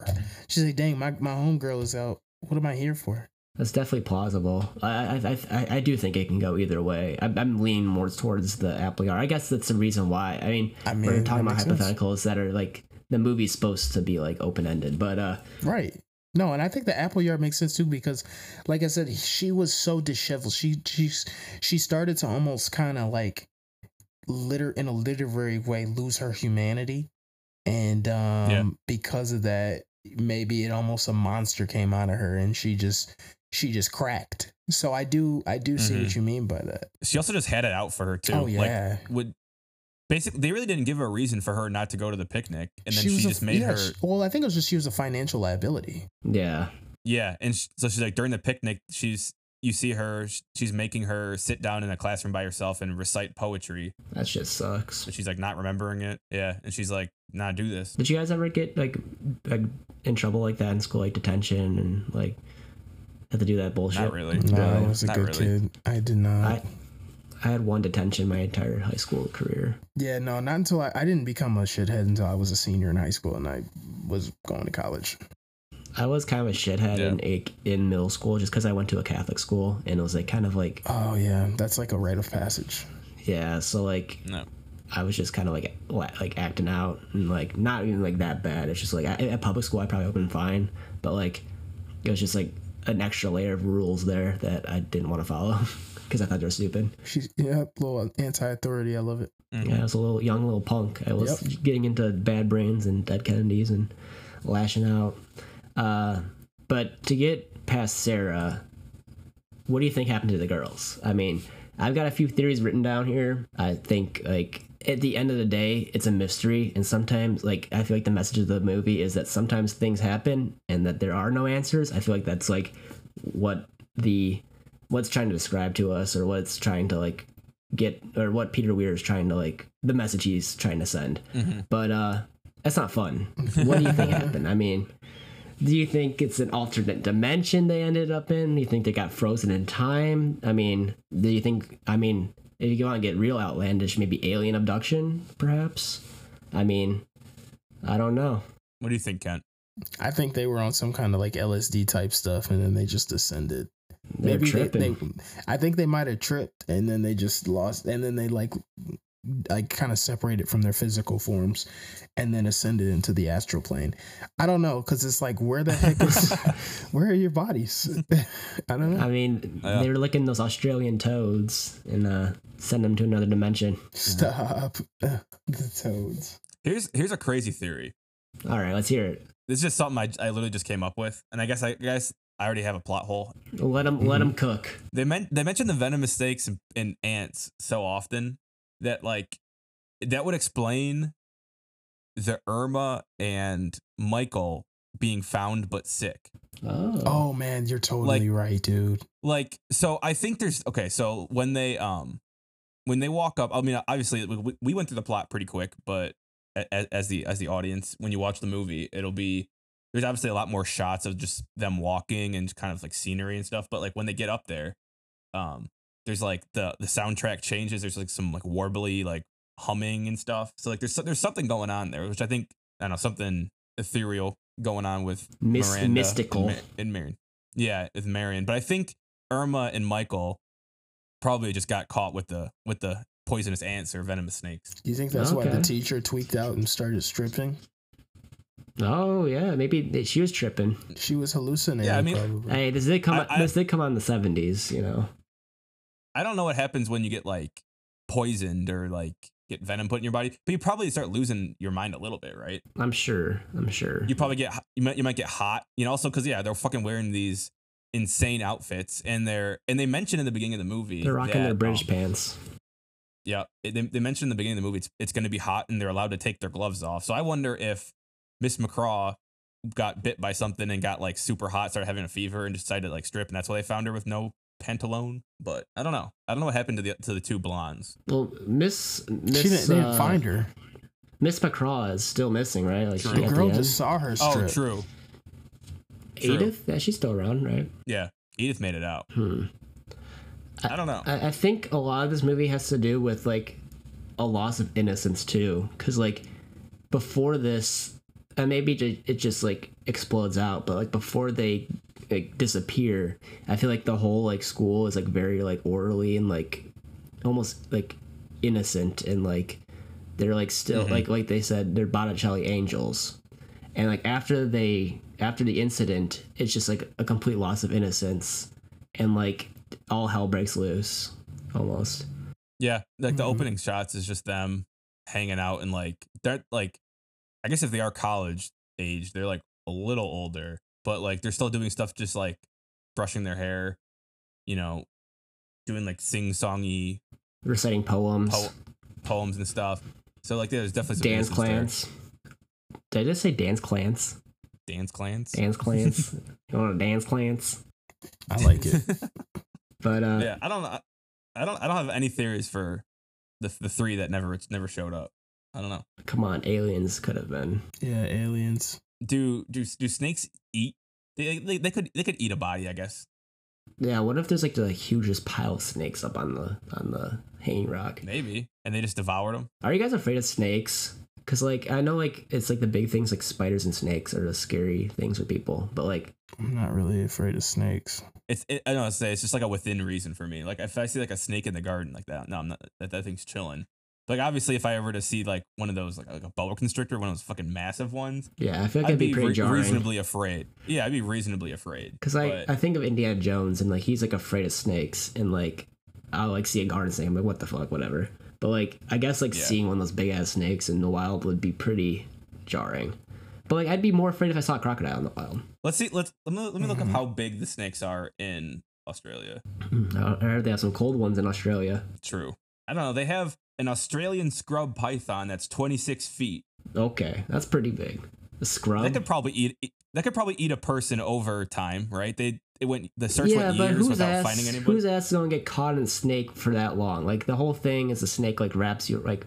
Speaker 3: she's like, dang, my, my homegirl is out. What am I here for?
Speaker 4: That's definitely plausible. I I, I, I I do think it can go either way. I'm, I'm leaning more towards the applicar. I guess that's the reason why. I mean,
Speaker 3: I
Speaker 4: we're
Speaker 3: mean,
Speaker 4: talking
Speaker 3: that
Speaker 4: about
Speaker 3: makes sense.
Speaker 4: hypotheticals that are like the movie's supposed to be like open ended, but uh,
Speaker 3: Right. No, and I think the apple yard makes sense too because, like I said, she was so disheveled. She she she started to almost kind of like, liter in a literary way, lose her humanity, and um,
Speaker 2: Yeah.
Speaker 3: because of that, maybe it almost a monster came out of her, and she just she just cracked. So I do I do see
Speaker 2: Mm-hmm.
Speaker 3: what you mean by that.
Speaker 2: she also just had it out for her too.
Speaker 3: Oh, yeah.
Speaker 2: Like would basically they really didn't give her a reason for her not to go to the picnic, and then she,
Speaker 3: was a-
Speaker 2: just made
Speaker 3: yeah,
Speaker 2: her.
Speaker 3: she- well, I think it was just she was a financial liability.
Speaker 4: yeah,
Speaker 2: Yeah, and sh so she's like during the picnic, she's you see her, sh- she's making her sit down in a classroom by herself and recite poetry,
Speaker 4: that shit sucks.
Speaker 2: but she's like not remembering it. Yeah, and she's like, "Nah, do this."
Speaker 4: Did you guys ever get like like in trouble like that in school, like detention and like have to do that bullshit?
Speaker 2: Not really.
Speaker 3: No,
Speaker 4: Yeah,
Speaker 3: I was a
Speaker 2: not
Speaker 3: good
Speaker 2: really.
Speaker 3: kid. I did not.
Speaker 4: I I had one detention my entire high school career.
Speaker 3: Yeah, no, not until I, I didn't become a shithead until I was a senior in high school and I was going to college.
Speaker 4: I was kind of a shithead
Speaker 2: Yeah.
Speaker 4: in in in middle school just because I went to a Catholic school and it was like kind of like
Speaker 3: Oh yeah, that's like a rite of passage.
Speaker 4: yeah, so like
Speaker 2: No.
Speaker 4: I was just kind of like la- like acting out and like not even like that bad. It's just like I, at public school I probably would have been fine, but like it was just like an extra layer of rules there that I didn't want to follow because I thought they were stupid.
Speaker 3: She's yeah, little anti-authority. I love it.
Speaker 4: Yeah, I was a little young little punk. I was getting into bad brains and dead Kennedys and lashing out. Uh, but to get past Sarah, what do you think happened to the girls? I mean, I've got a few theories written down here. I think like at the end of the day, it's a mystery, and sometimes like I feel like the message of the movie is that sometimes things happen and that there are no answers. I feel like that's like what the what's trying to describe to us or what it's trying to like get or what Peter Weir is trying to like the message he's trying to send.
Speaker 3: Mm-hmm.
Speaker 4: But uh that's not fun. What do you think happened? I mean, do you think it's an alternate dimension they ended up in? Do you think they got frozen in time? I mean, do you think I mean, if you want to get real outlandish, maybe alien abduction perhaps? I mean, I don't know.
Speaker 2: What do you think, Kent?
Speaker 3: I think they were on some kind of like LSD type stuff, and then they just descended.
Speaker 4: They're
Speaker 3: they,
Speaker 4: tripping.
Speaker 3: they, I think they might have tripped, and then they just lost, and then they like, like kind of separated from their physical forms, and then ascended into the astral plane. I don't know, cause it's like where the heck is, where are your bodies? I don't know.
Speaker 4: I
Speaker 3: Oh,
Speaker 4: mean,
Speaker 2: Yeah.
Speaker 4: they were licking those Australian toads and uh, send them to another dimension.
Speaker 3: Stop the toads.
Speaker 2: Here's here's a crazy theory.
Speaker 4: All right, let's hear it.
Speaker 2: This is just something I, I literally just came up with, and I guess I guess I already have a plot hole.
Speaker 4: Let them let
Speaker 3: Mm-hmm.
Speaker 4: them cook.
Speaker 2: They meant they mentioned the venom mistakes in, in ants so often that like that would explain the Irma and Michael being found but sick.
Speaker 4: Oh.
Speaker 3: Oh man, you're totally
Speaker 2: Like-
Speaker 3: right, dude.
Speaker 2: like so i think there's okay so when they um when they walk up i mean obviously we, we went through the plot pretty quick but as, as the as the audience when you watch the movie it'll be there's obviously a lot more shots of just them walking and kind of like scenery and stuff but like when they get up there um there's like the the soundtrack changes there's like some like warbly like humming and stuff so like there's so- there's something going on there which i think i don't know something ethereal going on with
Speaker 4: Mys-
Speaker 2: Miranda
Speaker 4: mystical.
Speaker 2: and, Ma- and Marion. Yeah, with Marion. But I think Irma and Michael probably just got caught with the with the poisonous ants or venomous snakes.
Speaker 3: You think that's why
Speaker 4: Okay.
Speaker 3: the teacher tweaked out and started stripping?
Speaker 4: Oh yeah, maybe th- she was tripping.
Speaker 3: She was hallucinating.
Speaker 2: Yeah, I mean-
Speaker 3: probably.
Speaker 4: Hey, this did come.
Speaker 2: I- I-
Speaker 4: this did come out in the seventies. You know.
Speaker 2: I don't know what happens when you get like poisoned or like get venom put in your body, but you probably start losing your mind a little bit, right?
Speaker 4: I'm sure. I'm sure.
Speaker 2: You probably get you might you might get hot, you know. Also, because yeah, they're fucking wearing these insane outfits, and they're and they mention in the beginning of the movie
Speaker 4: They're rocking
Speaker 2: that,
Speaker 4: their British
Speaker 2: um,
Speaker 4: pants.
Speaker 2: Yeah, it- they, they mentioned in the beginning of the movie it's, it's going to be hot and they're allowed to take their gloves off. So I wonder if Miss McCraw got bit by something and got like super hot, started having a fever, and decided to like strip, and that's why they found her with no pantalone. But I don't know. I don't know what happened to the to the two blondes.
Speaker 4: Well, Miss Miss
Speaker 3: she didn't, they didn't
Speaker 4: uh,
Speaker 3: find her.
Speaker 4: Miss McCraw is still missing, right? Like
Speaker 2: True.
Speaker 4: she
Speaker 3: The
Speaker 4: at
Speaker 3: girl
Speaker 4: the end.
Speaker 3: just saw her strip.
Speaker 2: Oh, true. true.
Speaker 4: Edith. Yeah, she's still around, right?
Speaker 2: Yeah, Edith made it out.
Speaker 4: Hmm.
Speaker 2: I don't know.
Speaker 4: I, I think a lot of this movie has to do with like a loss of innocence too, because like before this, and maybe ju- it just like explodes out, but like before they like, disappear, I feel like the whole like school is like very like orderly and like almost like innocent and like they're like still
Speaker 2: Mm-hmm.
Speaker 4: like like they said they're Botticelli angels, and like after they after the incident, it's just like a complete loss of innocence and like all hell breaks loose almost
Speaker 2: Yeah, like the
Speaker 4: Hmm.
Speaker 3: Mhm.
Speaker 2: opening shots is just them hanging out and like they're like, I guess if they are college age, they're like a little older, but like they're still doing stuff just like brushing their hair, you know, doing like sing songy
Speaker 4: reciting poems
Speaker 2: po- poems and stuff. So like there's definitely some
Speaker 4: dance
Speaker 2: innocence there.
Speaker 4: clans did i just say dance clans
Speaker 2: dance clans.
Speaker 4: dance clans you want to dance clans
Speaker 3: I like it.
Speaker 4: but uh
Speaker 2: yeah, I don't know. I don't. I don't have any theories for the the three that never never showed up. I don't know.
Speaker 4: come on aliens could have been
Speaker 3: yeah, aliens.
Speaker 2: Do do do snakes eat? They, they, they could they could eat a body, I guess.
Speaker 4: yeah what if there's like the hugest pile of snakes up on the on the hanging rock
Speaker 2: Maybe. And they just devoured them.
Speaker 4: are you guys afraid of snakes because like i know like it's like the big things like spiders and snakes are the scary things with people but like
Speaker 3: I'm not really afraid of snakes.
Speaker 2: It's it, I don't know what to say it's just like a within reason for me. Like if I see like a snake in the garden like that, no, I'm not. That, that thing's chilling. Like obviously, if I ever to see like one of those like, like a boa constrictor, one of those fucking massive ones,
Speaker 4: yeah i feel like
Speaker 2: I'd
Speaker 4: that'd be,
Speaker 2: be
Speaker 4: pretty
Speaker 2: re-
Speaker 4: jarring
Speaker 2: reasonably afraid. Yeah, I'd be reasonably afraid.
Speaker 4: Because I,
Speaker 2: But-
Speaker 4: I think of Indiana Jones and like he's like afraid of snakes and like I like see a garden snake I'm like what the fuck whatever but like I guess like
Speaker 2: Yeah.
Speaker 4: seeing one of those big ass snakes in the wild would be pretty jarring but like I'd be more afraid if I saw a crocodile in the wild
Speaker 2: let's see. Let's let me, let me
Speaker 4: Mm-hmm.
Speaker 2: look up how big the snakes are in Australia.
Speaker 4: I I heard they have some cold ones in Australia
Speaker 2: True. I don't know. They have an Australian scrub python that's 26 feet.
Speaker 4: okay that's pretty big a scrub
Speaker 2: That could probably eat. eat- That could probably eat a person over time, right? They it went the search
Speaker 4: yeah
Speaker 2: went
Speaker 4: but
Speaker 2: years
Speaker 4: who's
Speaker 2: without
Speaker 4: ass
Speaker 2: finding anybody.
Speaker 4: who's ass don't get caught in a snake for that long like the whole thing is the snake like wraps you like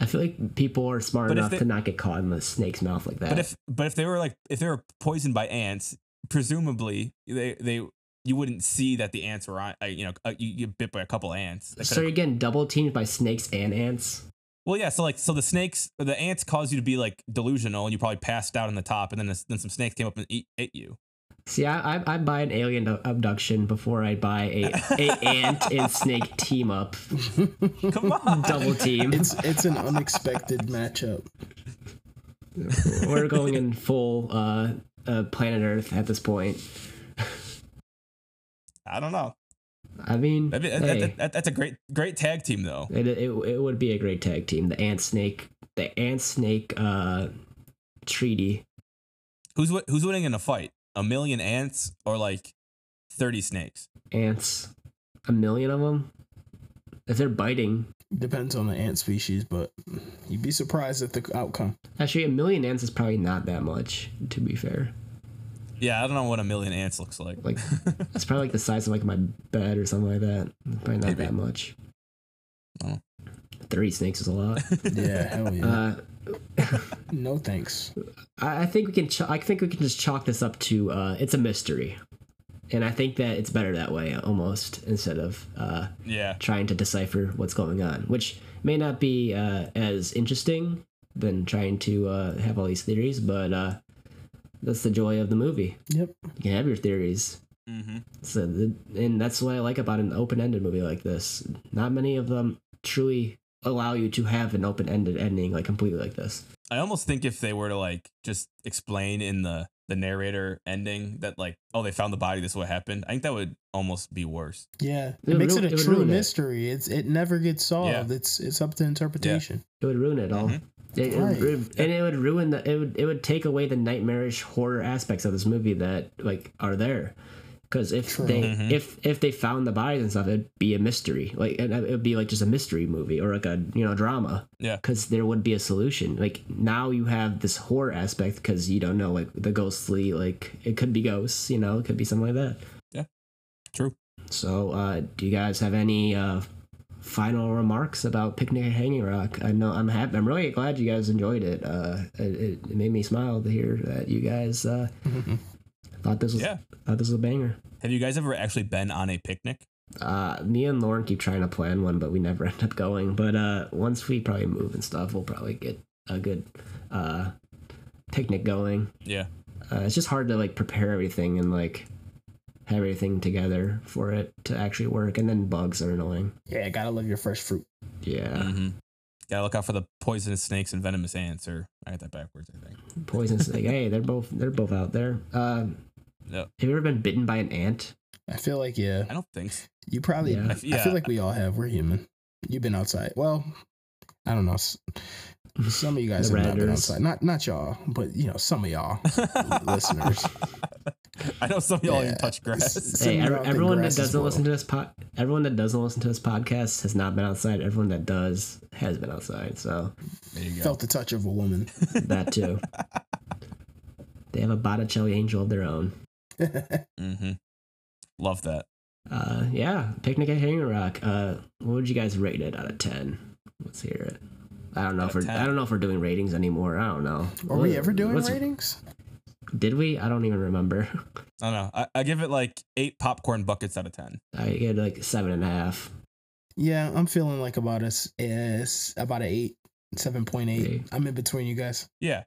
Speaker 4: I feel like people are smart
Speaker 2: But if
Speaker 4: enough
Speaker 2: they-
Speaker 4: to not get caught in the snake's mouth like that
Speaker 2: But if but if they were like if they were poisoned by ants, presumably they they you wouldn't see that the ants were on. uh, You know, uh, you get bit by a couple ants. That
Speaker 4: So
Speaker 2: could've-
Speaker 4: you're getting double teamed by snakes and ants.
Speaker 2: well, yeah. So like so the snakes or the ants caused you to be like delusional, and you probably passed out on the top, and then this- then some snakes came up and eat, ate you.
Speaker 4: See, I I I'd buy an alien abduction before I buy a, a ant and snake team up,
Speaker 2: Come on,
Speaker 4: double team.
Speaker 3: It's it's an unexpected matchup.
Speaker 4: We're going in full uh, uh, planet Earth at this point.
Speaker 2: I don't know.
Speaker 4: I mean,
Speaker 2: That'd be- that-
Speaker 4: hey,
Speaker 2: that- that- that's a great great tag team though.
Speaker 4: it, it it would be a great tag team. The ant snake, the ant snake uh, treaty.
Speaker 2: Who's wi- who's winning in a fight? A million ants or like thirty snakes?
Speaker 4: Ants, a million of them. If they're biting,
Speaker 3: Depends on the ant species, but you'd be surprised at the outcome.
Speaker 4: actually, a million ants is probably not that much. To be fair.
Speaker 2: Yeah, I don't know what a million ants looks like.
Speaker 4: like it's probably like the size of like my bed or something like that. Probably not
Speaker 2: Maybe.
Speaker 4: that much.
Speaker 2: Oh.
Speaker 4: three snakes is a lot.
Speaker 3: Yeah, hell yeah.
Speaker 4: Uh,
Speaker 3: no thanks.
Speaker 4: I, I think we can. Ch- I think we can just chalk this up to uh, it's a mystery, and I think that it's better that way almost instead of uh,
Speaker 2: Yeah.
Speaker 4: trying to decipher what's going on, which may not be uh, as interesting than trying to uh, have all these theories, but uh, that's the joy of the movie.
Speaker 3: Yep.
Speaker 4: You can have your theories.
Speaker 2: Mm-hmm.
Speaker 4: So, the, and that's what I like about an open-ended movie like this. Not many of them truly allow you to have an open-ended ending like completely like this.
Speaker 2: I almost think if they were to like just explain in the the narrator ending that like oh they found the body this is what happened I think that would almost be worse.
Speaker 3: Yeah. It,
Speaker 4: It would
Speaker 3: makes
Speaker 4: ru-
Speaker 3: it
Speaker 4: it
Speaker 3: a
Speaker 4: would
Speaker 3: true
Speaker 4: ruin it.
Speaker 3: mystery. It's it never gets solved. It's it's up to interpretation.
Speaker 4: It would ruin it all. It, it would ru- and it would ruin the it would it would take away the nightmarish horror aspects of this movie that like are there. Because if
Speaker 3: True.
Speaker 4: they if if they found the bodies and stuff, it'd be a mystery. Like and it would be like just a mystery movie or like a you know drama.
Speaker 2: Yeah.
Speaker 4: Because there would be a solution. Like now you have this horror aspect because you don't know like the ghostly like it could be ghosts. You know it could be something like that.
Speaker 2: True.
Speaker 4: So, uh, do you guys have any uh, final remarks about Picnic at Hanging Rock? I know I'm happy. I'm really glad you guys enjoyed it. Uh, it, it made me smile to hear that you guys uh,
Speaker 2: Mm-hmm.
Speaker 4: thought this was
Speaker 2: Yeah.
Speaker 4: thought this was a banger.
Speaker 2: Have you guys ever actually been on a picnic?
Speaker 4: Uh, me and Lauren keep trying to plan one, but we never end up going. But uh, once we probably move and stuff, we'll probably get a good uh, picnic going.
Speaker 2: Yeah.
Speaker 4: Uh, it's just hard to like prepare everything and like have everything together for it to actually work. And then bugs are annoying.
Speaker 3: Yeah, gotta love your fresh fruit.
Speaker 4: Yeah,
Speaker 2: Mm-hmm. Gotta look out for the poisonous snakes and venomous ants. Or I got that backwards. I think.
Speaker 4: poison snake. hey, they're both they're both out there. Um,
Speaker 2: No,
Speaker 4: have you ever been bitten by an ant?
Speaker 3: I feel like yeah.
Speaker 2: I don't think. So.
Speaker 3: You probably.
Speaker 4: Yeah.
Speaker 2: I
Speaker 3: I,
Speaker 2: f- yeah.
Speaker 3: feel like we all have. We're human. You've been outside. Well, I don't know. S- Some of you guys
Speaker 4: The
Speaker 3: have not been
Speaker 4: Redditors.
Speaker 3: outside. Not not y'all, but you know some of y'all listeners.
Speaker 2: I know some of y'all
Speaker 3: Yeah.
Speaker 2: even touch grass.
Speaker 3: Some
Speaker 4: Hey,
Speaker 3: of
Speaker 4: ev-
Speaker 3: y'all think
Speaker 4: everyone that
Speaker 3: grass is
Speaker 4: doesn't listen
Speaker 3: low.
Speaker 4: to this pod, everyone that doesn't listen to this podcast has not been outside. Everyone that does has been outside. So
Speaker 2: There you go.
Speaker 3: felt the touch of a woman.
Speaker 4: that too. they have a Botticelli angel of their own.
Speaker 2: Mm-hmm. Love that.
Speaker 4: Uh, yeah, picnic at Hanging Rock. Uh, what would you guys rate it out of ten? Let's hear it. I don't know if
Speaker 2: Out of
Speaker 4: we're,
Speaker 2: 10.
Speaker 4: I don't know if we're doing ratings anymore. I don't know.
Speaker 3: Are we ever doing
Speaker 4: Let's-
Speaker 3: ratings?
Speaker 4: Did we? I don't even remember.
Speaker 2: I don't know. I, I give it like eight popcorn buckets out of ten.
Speaker 4: I get like seven and a half.
Speaker 3: Yeah, I'm feeling like about a s- is about a eight, seven point eight.
Speaker 4: Eight.
Speaker 3: I'm in between you guys.
Speaker 2: Yeah.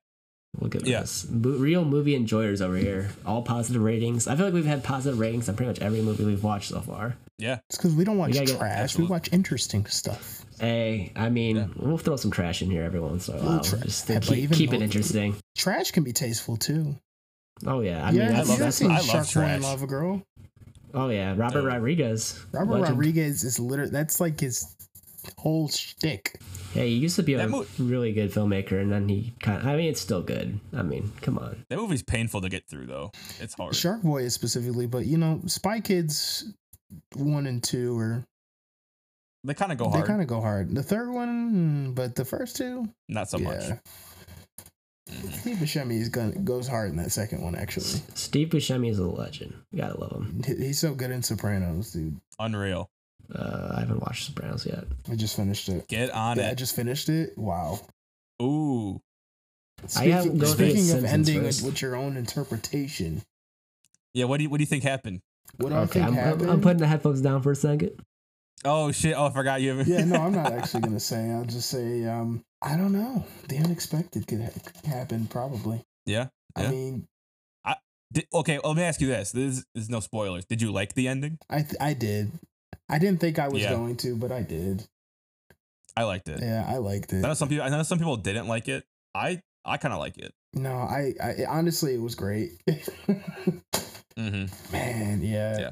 Speaker 4: Look at
Speaker 2: Yeah.
Speaker 4: this. Bo- real movie enjoyers over here. All positive ratings. I feel like we've had positive ratings on pretty much every movie we've watched so far.
Speaker 2: Yeah.
Speaker 3: It's because we don't watch
Speaker 4: gotta
Speaker 3: trash.
Speaker 4: get-
Speaker 2: Absolutely.
Speaker 3: We watch interesting stuff.
Speaker 4: Hey, I mean, we'll throw some trash in here every once in a
Speaker 3: Little
Speaker 4: while.
Speaker 3: trash.
Speaker 4: Just to
Speaker 3: But
Speaker 4: keep,
Speaker 3: even
Speaker 4: keep it
Speaker 3: though-
Speaker 4: interesting.
Speaker 3: Trash can be tasteful too.
Speaker 4: Oh, yeah.
Speaker 3: yeah,
Speaker 4: I
Speaker 2: love
Speaker 4: mean, that's,
Speaker 3: you've
Speaker 2: that.
Speaker 4: that's,
Speaker 3: seen
Speaker 2: I love
Speaker 3: Shark Boy
Speaker 2: trash.
Speaker 3: and Lava Girl.
Speaker 4: oh, yeah. Robert
Speaker 2: Yeah.
Speaker 4: Rodriguez.
Speaker 3: Robert
Speaker 4: Legend.
Speaker 3: Rodriguez is literally that's like his whole shtick.
Speaker 4: Hey, he used to be a
Speaker 2: That mo-
Speaker 4: really good filmmaker, and then he kind of, I mean, it's still good. I mean, come on.
Speaker 2: That movie's painful to get through though. It's hard.
Speaker 3: Shark Boy is specifically, but you know, Spy Kids one and two are
Speaker 2: They kind of go
Speaker 3: they
Speaker 2: hard.
Speaker 3: kind of go hard. The third one, mm, but the first two,
Speaker 2: Not so much. Mm-hmm.
Speaker 3: yeah. Steve Buscemi is gonna goes hard in that second one. Actually,
Speaker 4: Steve Buscemi is a legend. You gotta love him.
Speaker 3: He- he's so good in Sopranos, dude.
Speaker 2: Unreal.
Speaker 4: Uh, I haven't watched Sopranos yet.
Speaker 3: I just finished it.
Speaker 2: Get on
Speaker 3: Yeah, I
Speaker 2: it.
Speaker 3: just finished it. Wow.
Speaker 2: Ooh.
Speaker 4: I have-
Speaker 3: Speaking,
Speaker 4: go to
Speaker 3: speaking of
Speaker 4: Simpsons
Speaker 3: ending with,
Speaker 4: first.
Speaker 3: with your own interpretation,
Speaker 2: Yeah. What do you What do you think happened?
Speaker 3: what do I
Speaker 4: Okay,
Speaker 3: think
Speaker 4: I'm, I'm,
Speaker 3: happened?
Speaker 4: I'm putting the headphones down for a second.
Speaker 2: Oh shit. Oh, I forgot you.
Speaker 3: yeah, no, I'm not actually gonna say. I'll just say, um, I don't know. The unexpected could ha- happen, probably.
Speaker 2: yeah. Yeah.
Speaker 3: I mean,
Speaker 2: Did, okay. Let me ask you this. This is, this is no spoilers. Did you like the ending?
Speaker 3: I th- I did. I didn't think I was
Speaker 2: Yeah.
Speaker 3: going to, but I did.
Speaker 2: I liked it.
Speaker 3: Yeah, I liked it.
Speaker 2: I know some people. I know some people didn't like it. I I kind of like it.
Speaker 3: No, I, I honestly, it was great.
Speaker 2: Mm-hmm.
Speaker 3: Man, yeah.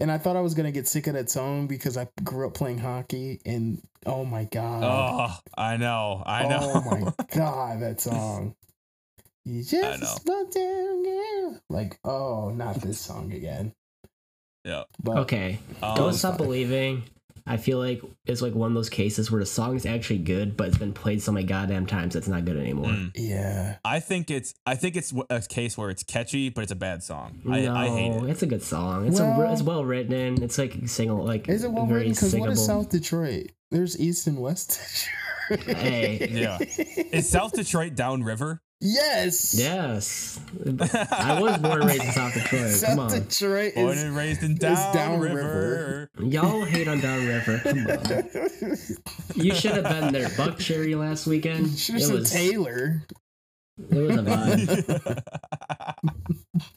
Speaker 3: And I thought I was gonna get sick of that song because I grew up playing hockey, and oh my god,
Speaker 2: Oh, I know. I know.
Speaker 3: oh my god, that song. You just
Speaker 2: know.
Speaker 3: slow down, girl. Like, oh, not this song again.
Speaker 2: Yeah.
Speaker 3: But
Speaker 4: Okay.
Speaker 2: Um,
Speaker 4: Don't Stop Believing, I feel like it's like one of those cases where the song is actually good, but it's been played so many goddamn times it's not good anymore.
Speaker 2: Mm.
Speaker 3: yeah,
Speaker 2: I think it's I think it's a case where it's catchy, but it's a bad song. I, I hate
Speaker 4: No,
Speaker 2: it.
Speaker 4: It's a good song. It's a,
Speaker 3: Well-
Speaker 4: it's well written. It's like single like
Speaker 3: is it well
Speaker 4: very
Speaker 3: written? Because what is
Speaker 4: singable.
Speaker 3: South Detroit? There's east and west.
Speaker 4: Hey,
Speaker 2: Yeah. Is South Detroit downriver?
Speaker 3: yes.
Speaker 4: yes. I was born and raised in South Detroit. Come
Speaker 3: South
Speaker 4: on.
Speaker 3: Detroit
Speaker 2: Born
Speaker 3: is.
Speaker 2: and raised in
Speaker 3: downriver.
Speaker 2: downriver.
Speaker 4: Y'all hate on Downriver. Come on. You should have been there. Buck Cherry last weekend.
Speaker 3: Should have
Speaker 4: It
Speaker 3: said
Speaker 4: was, it
Speaker 3: Taylor.
Speaker 4: was a vibe.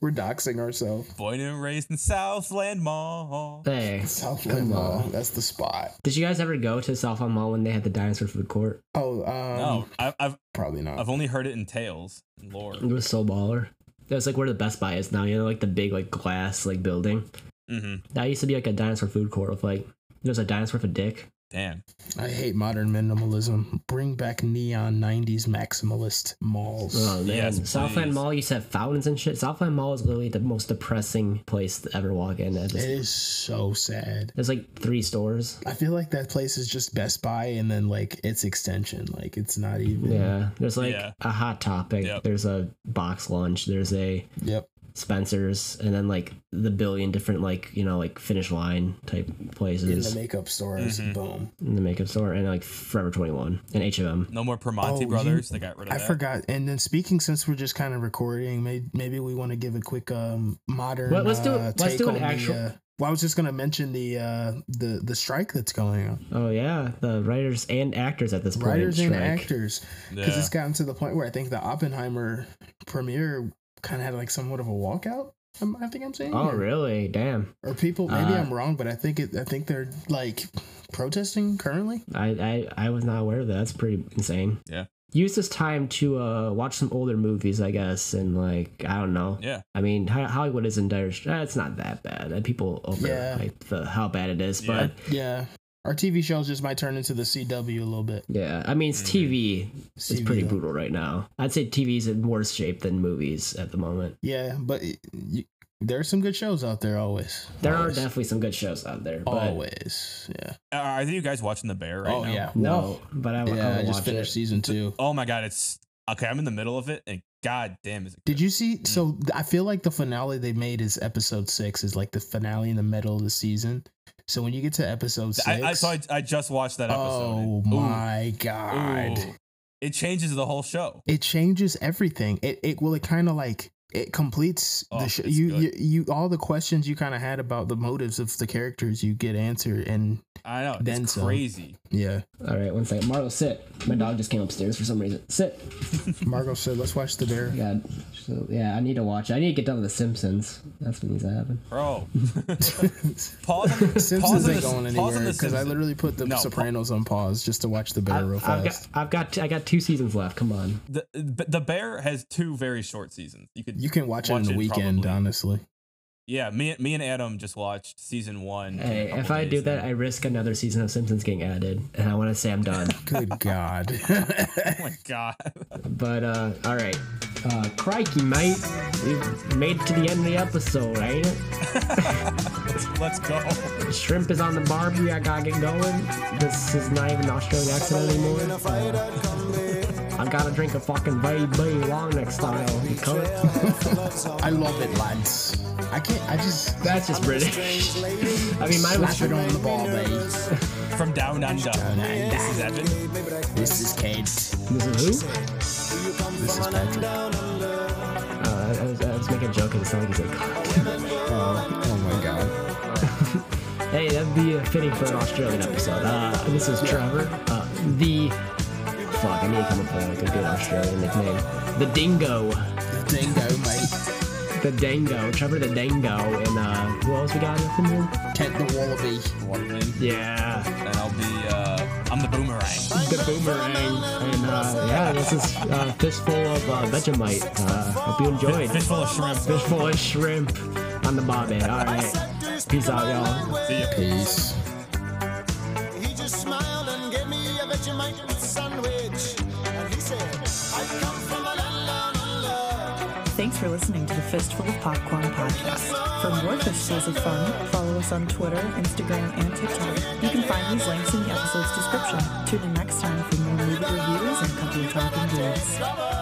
Speaker 3: We're doxing ourselves.
Speaker 2: Born and raised in Southland Mall.
Speaker 3: Um,
Speaker 4: Hey,
Speaker 3: Southland Mall. That's the spot.
Speaker 4: did you guys ever go to Southland Mall when they had the dinosaur food court?
Speaker 3: Oh, um,
Speaker 2: No, I, I've
Speaker 3: probably not.
Speaker 2: I've only heard it in tales and lore.
Speaker 4: It was so baller. That was like where the Best Buy is now. You know, like the big like glass like building.
Speaker 2: hmm
Speaker 4: That used to be like a dinosaur food court with like there was a dinosaur with a dick.
Speaker 2: Damn.
Speaker 3: I hate modern minimalism. Bring back neon 90s maximalist malls.
Speaker 4: Oh man,
Speaker 2: Yes,
Speaker 4: Southland
Speaker 2: please.
Speaker 4: Mall used to have fountains and shit. Southland Mall is literally the most depressing place to ever walk in. It
Speaker 3: it
Speaker 4: just-
Speaker 3: is so sad.
Speaker 4: There's like three stores.
Speaker 3: I feel like that place is just Best Buy and then like its extension. Like it's not even.
Speaker 4: Yeah, there's like
Speaker 2: Yeah.
Speaker 4: a hot topic.
Speaker 2: Yep.
Speaker 4: There's a box lunch. There's a
Speaker 3: Yep.
Speaker 4: Spencer's, and then like the billion different like you know like finish line type
Speaker 3: In
Speaker 4: places
Speaker 3: the makeup stores.
Speaker 2: Mm-hmm.
Speaker 3: Boom.
Speaker 4: in the makeup store, and like Forever Twenty One and H and M.
Speaker 2: No more Primanti
Speaker 3: Oh, you-
Speaker 2: brothers. they got rid of
Speaker 3: I
Speaker 2: that.
Speaker 3: forgot. And then speaking, since we're just kind of recording, may, maybe we want to give a quick um, modern.
Speaker 4: Let- let's do-
Speaker 3: uh,
Speaker 4: let's
Speaker 3: take
Speaker 4: do an
Speaker 3: on the,
Speaker 4: actual-
Speaker 3: uh, well, I was just gonna mention the uh, the the strike that's going on.
Speaker 4: Oh yeah, the writers and actors at this point.
Speaker 3: Writers and
Speaker 4: strike.
Speaker 3: actors, because
Speaker 2: Yeah.
Speaker 3: it's gotten to the point where I think the Oppenheimer premiere kind of had like somewhat of a walkout. I'm, I think I'm saying.
Speaker 4: Oh
Speaker 3: or-
Speaker 4: really? Damn.
Speaker 3: Or people, maybe
Speaker 4: Uh,
Speaker 3: I'm wrong, but I think it. I think they're like protesting currently.
Speaker 4: I, I I was not aware of that. That's pretty insane.
Speaker 2: Yeah.
Speaker 4: Use this time to uh, watch some older movies, I guess, and like I don't know.
Speaker 2: Yeah.
Speaker 4: I mean, Ho- Hollywood is in dire. str- Uh, it's not that bad. Uh, People
Speaker 3: Yeah.
Speaker 4: overhype the how bad it is,
Speaker 2: Yeah.
Speaker 4: but
Speaker 3: Yeah, our TV shows just might turn into the CW a little bit.
Speaker 4: yeah, I mean, it's
Speaker 2: Mm-hmm.
Speaker 4: TV. It's
Speaker 3: TV,
Speaker 4: pretty
Speaker 3: yeah.
Speaker 4: brutal right now. I'd say TV's in worse shape than movies at the moment.
Speaker 3: Yeah, but y y there are some good shows out there always.
Speaker 4: There are
Speaker 3: always.
Speaker 4: definitely some good shows out there, but
Speaker 3: always. Yeah.
Speaker 2: Are are you guys watching The Bear right
Speaker 3: oh
Speaker 2: now?
Speaker 3: yeah.
Speaker 4: no. But I,
Speaker 3: Yeah,
Speaker 4: I,
Speaker 3: I
Speaker 4: I
Speaker 3: just
Speaker 4: watch
Speaker 3: finished
Speaker 4: it.
Speaker 3: season two.
Speaker 2: Oh my god, it's okay. I'm in the middle of it, and god damn, is it?
Speaker 3: Did you see?
Speaker 4: Mm.
Speaker 3: So th- I feel like the finale they made is episode six is like the finale in the middle of the season. So when you get to episode six,
Speaker 2: I, I, so I, I just watched that
Speaker 3: oh
Speaker 2: episode. and- ooh,
Speaker 3: my god,
Speaker 2: ooh. It changes the whole show.
Speaker 3: it changes everything. It it well, it kind of like it completes
Speaker 2: Oh,
Speaker 3: the show.
Speaker 2: it's
Speaker 3: You, you
Speaker 2: good.
Speaker 3: you all the questions you kind of had about the motives of the characters you get answered, and
Speaker 2: I know.
Speaker 3: Then
Speaker 2: it's
Speaker 3: some.
Speaker 2: crazy.
Speaker 3: yeah,
Speaker 4: All right, one second. Marlo, sit. My dog just came upstairs for some reason. Sit.
Speaker 3: Margot said, "Let's watch the bear."
Speaker 4: God. So yeah, I need to watch. it. I need to get done with The Simpsons. That's what needs to happen.
Speaker 2: Bro. pause on the
Speaker 3: Simpsons
Speaker 2: pause on
Speaker 3: ain't
Speaker 2: the-
Speaker 3: going
Speaker 2: pause on
Speaker 3: anywhere
Speaker 2: the
Speaker 3: because I
Speaker 2: Simpsons.
Speaker 3: literally put the
Speaker 2: No, pa-
Speaker 3: Sopranos on pause just to watch the bear real
Speaker 4: I've got,
Speaker 3: fast.
Speaker 4: I've got, I got two seasons left. Come on.
Speaker 2: the, but the bear has two very short seasons. You could
Speaker 3: You can watch, it in
Speaker 2: Watch
Speaker 3: the
Speaker 2: it
Speaker 3: weekend,
Speaker 2: probably.
Speaker 3: honestly.
Speaker 2: yeah. Me me and Adam just watched season one. in a
Speaker 4: Hey, if
Speaker 2: couple
Speaker 4: I do
Speaker 2: days
Speaker 4: that, I
Speaker 2: now.
Speaker 4: risk another season of Simpsons getting added, and I want to say I'm done.
Speaker 3: Good God.
Speaker 2: oh my god.
Speaker 4: but uh, all right, uh, crikey, mate, we've made it to the end of the episode, ain't it?
Speaker 2: Let's go.
Speaker 4: Shrimp is on the barbie. I gotta get going. This is not even an Australian accent anymore. I gotta drink a fucking baby long neck style. you cunt.
Speaker 3: I love it, lads. I can't, I just
Speaker 4: That's just British. I mean, mine was
Speaker 3: slap it on the ball, baby.
Speaker 2: From down under. This is Evan.
Speaker 3: This is Kate.
Speaker 4: This is who?
Speaker 3: This is Patrick.
Speaker 4: Uh, I, I was, I was making a joke because it sounded like he said cock.
Speaker 3: Oh, oh my God.
Speaker 4: Hey, that'd be uh, fitting for an Australian episode. Uh, this is Trevor. Uh, the. Fuck, I need to come up with like a good Australian nickname. The Dingo.
Speaker 3: Dingo, mate.
Speaker 4: The Dango. Trevor the Dango. And uh, who else we got up in here?
Speaker 3: Kent the wallaby.
Speaker 2: Waterman.
Speaker 4: Yeah.
Speaker 2: And I'll be uh I'm the boomerang.
Speaker 4: The Boomerang. And uh, yeah, this is uh, Fistful of uh, Vegemite. Uh, hope you enjoyed.
Speaker 2: Fish full of shrimp.
Speaker 4: Fistful of Shrimp on the Bobby. Alright. Peace out, y'all.
Speaker 2: See ya.
Speaker 3: Peace.
Speaker 10: He just smiled and gave me a Vegemite sandwich. And he said, I come from a land down under.
Speaker 1: Thanks for listening to the Fistful of Popcorn podcast. For more Fistfuls of Fun, follow us on Twitter, Instagram, and TikTok. You can find these links in the episode's description. Tune in next time for more movie reviews and couple of talking dudes.
Speaker 10: Trouble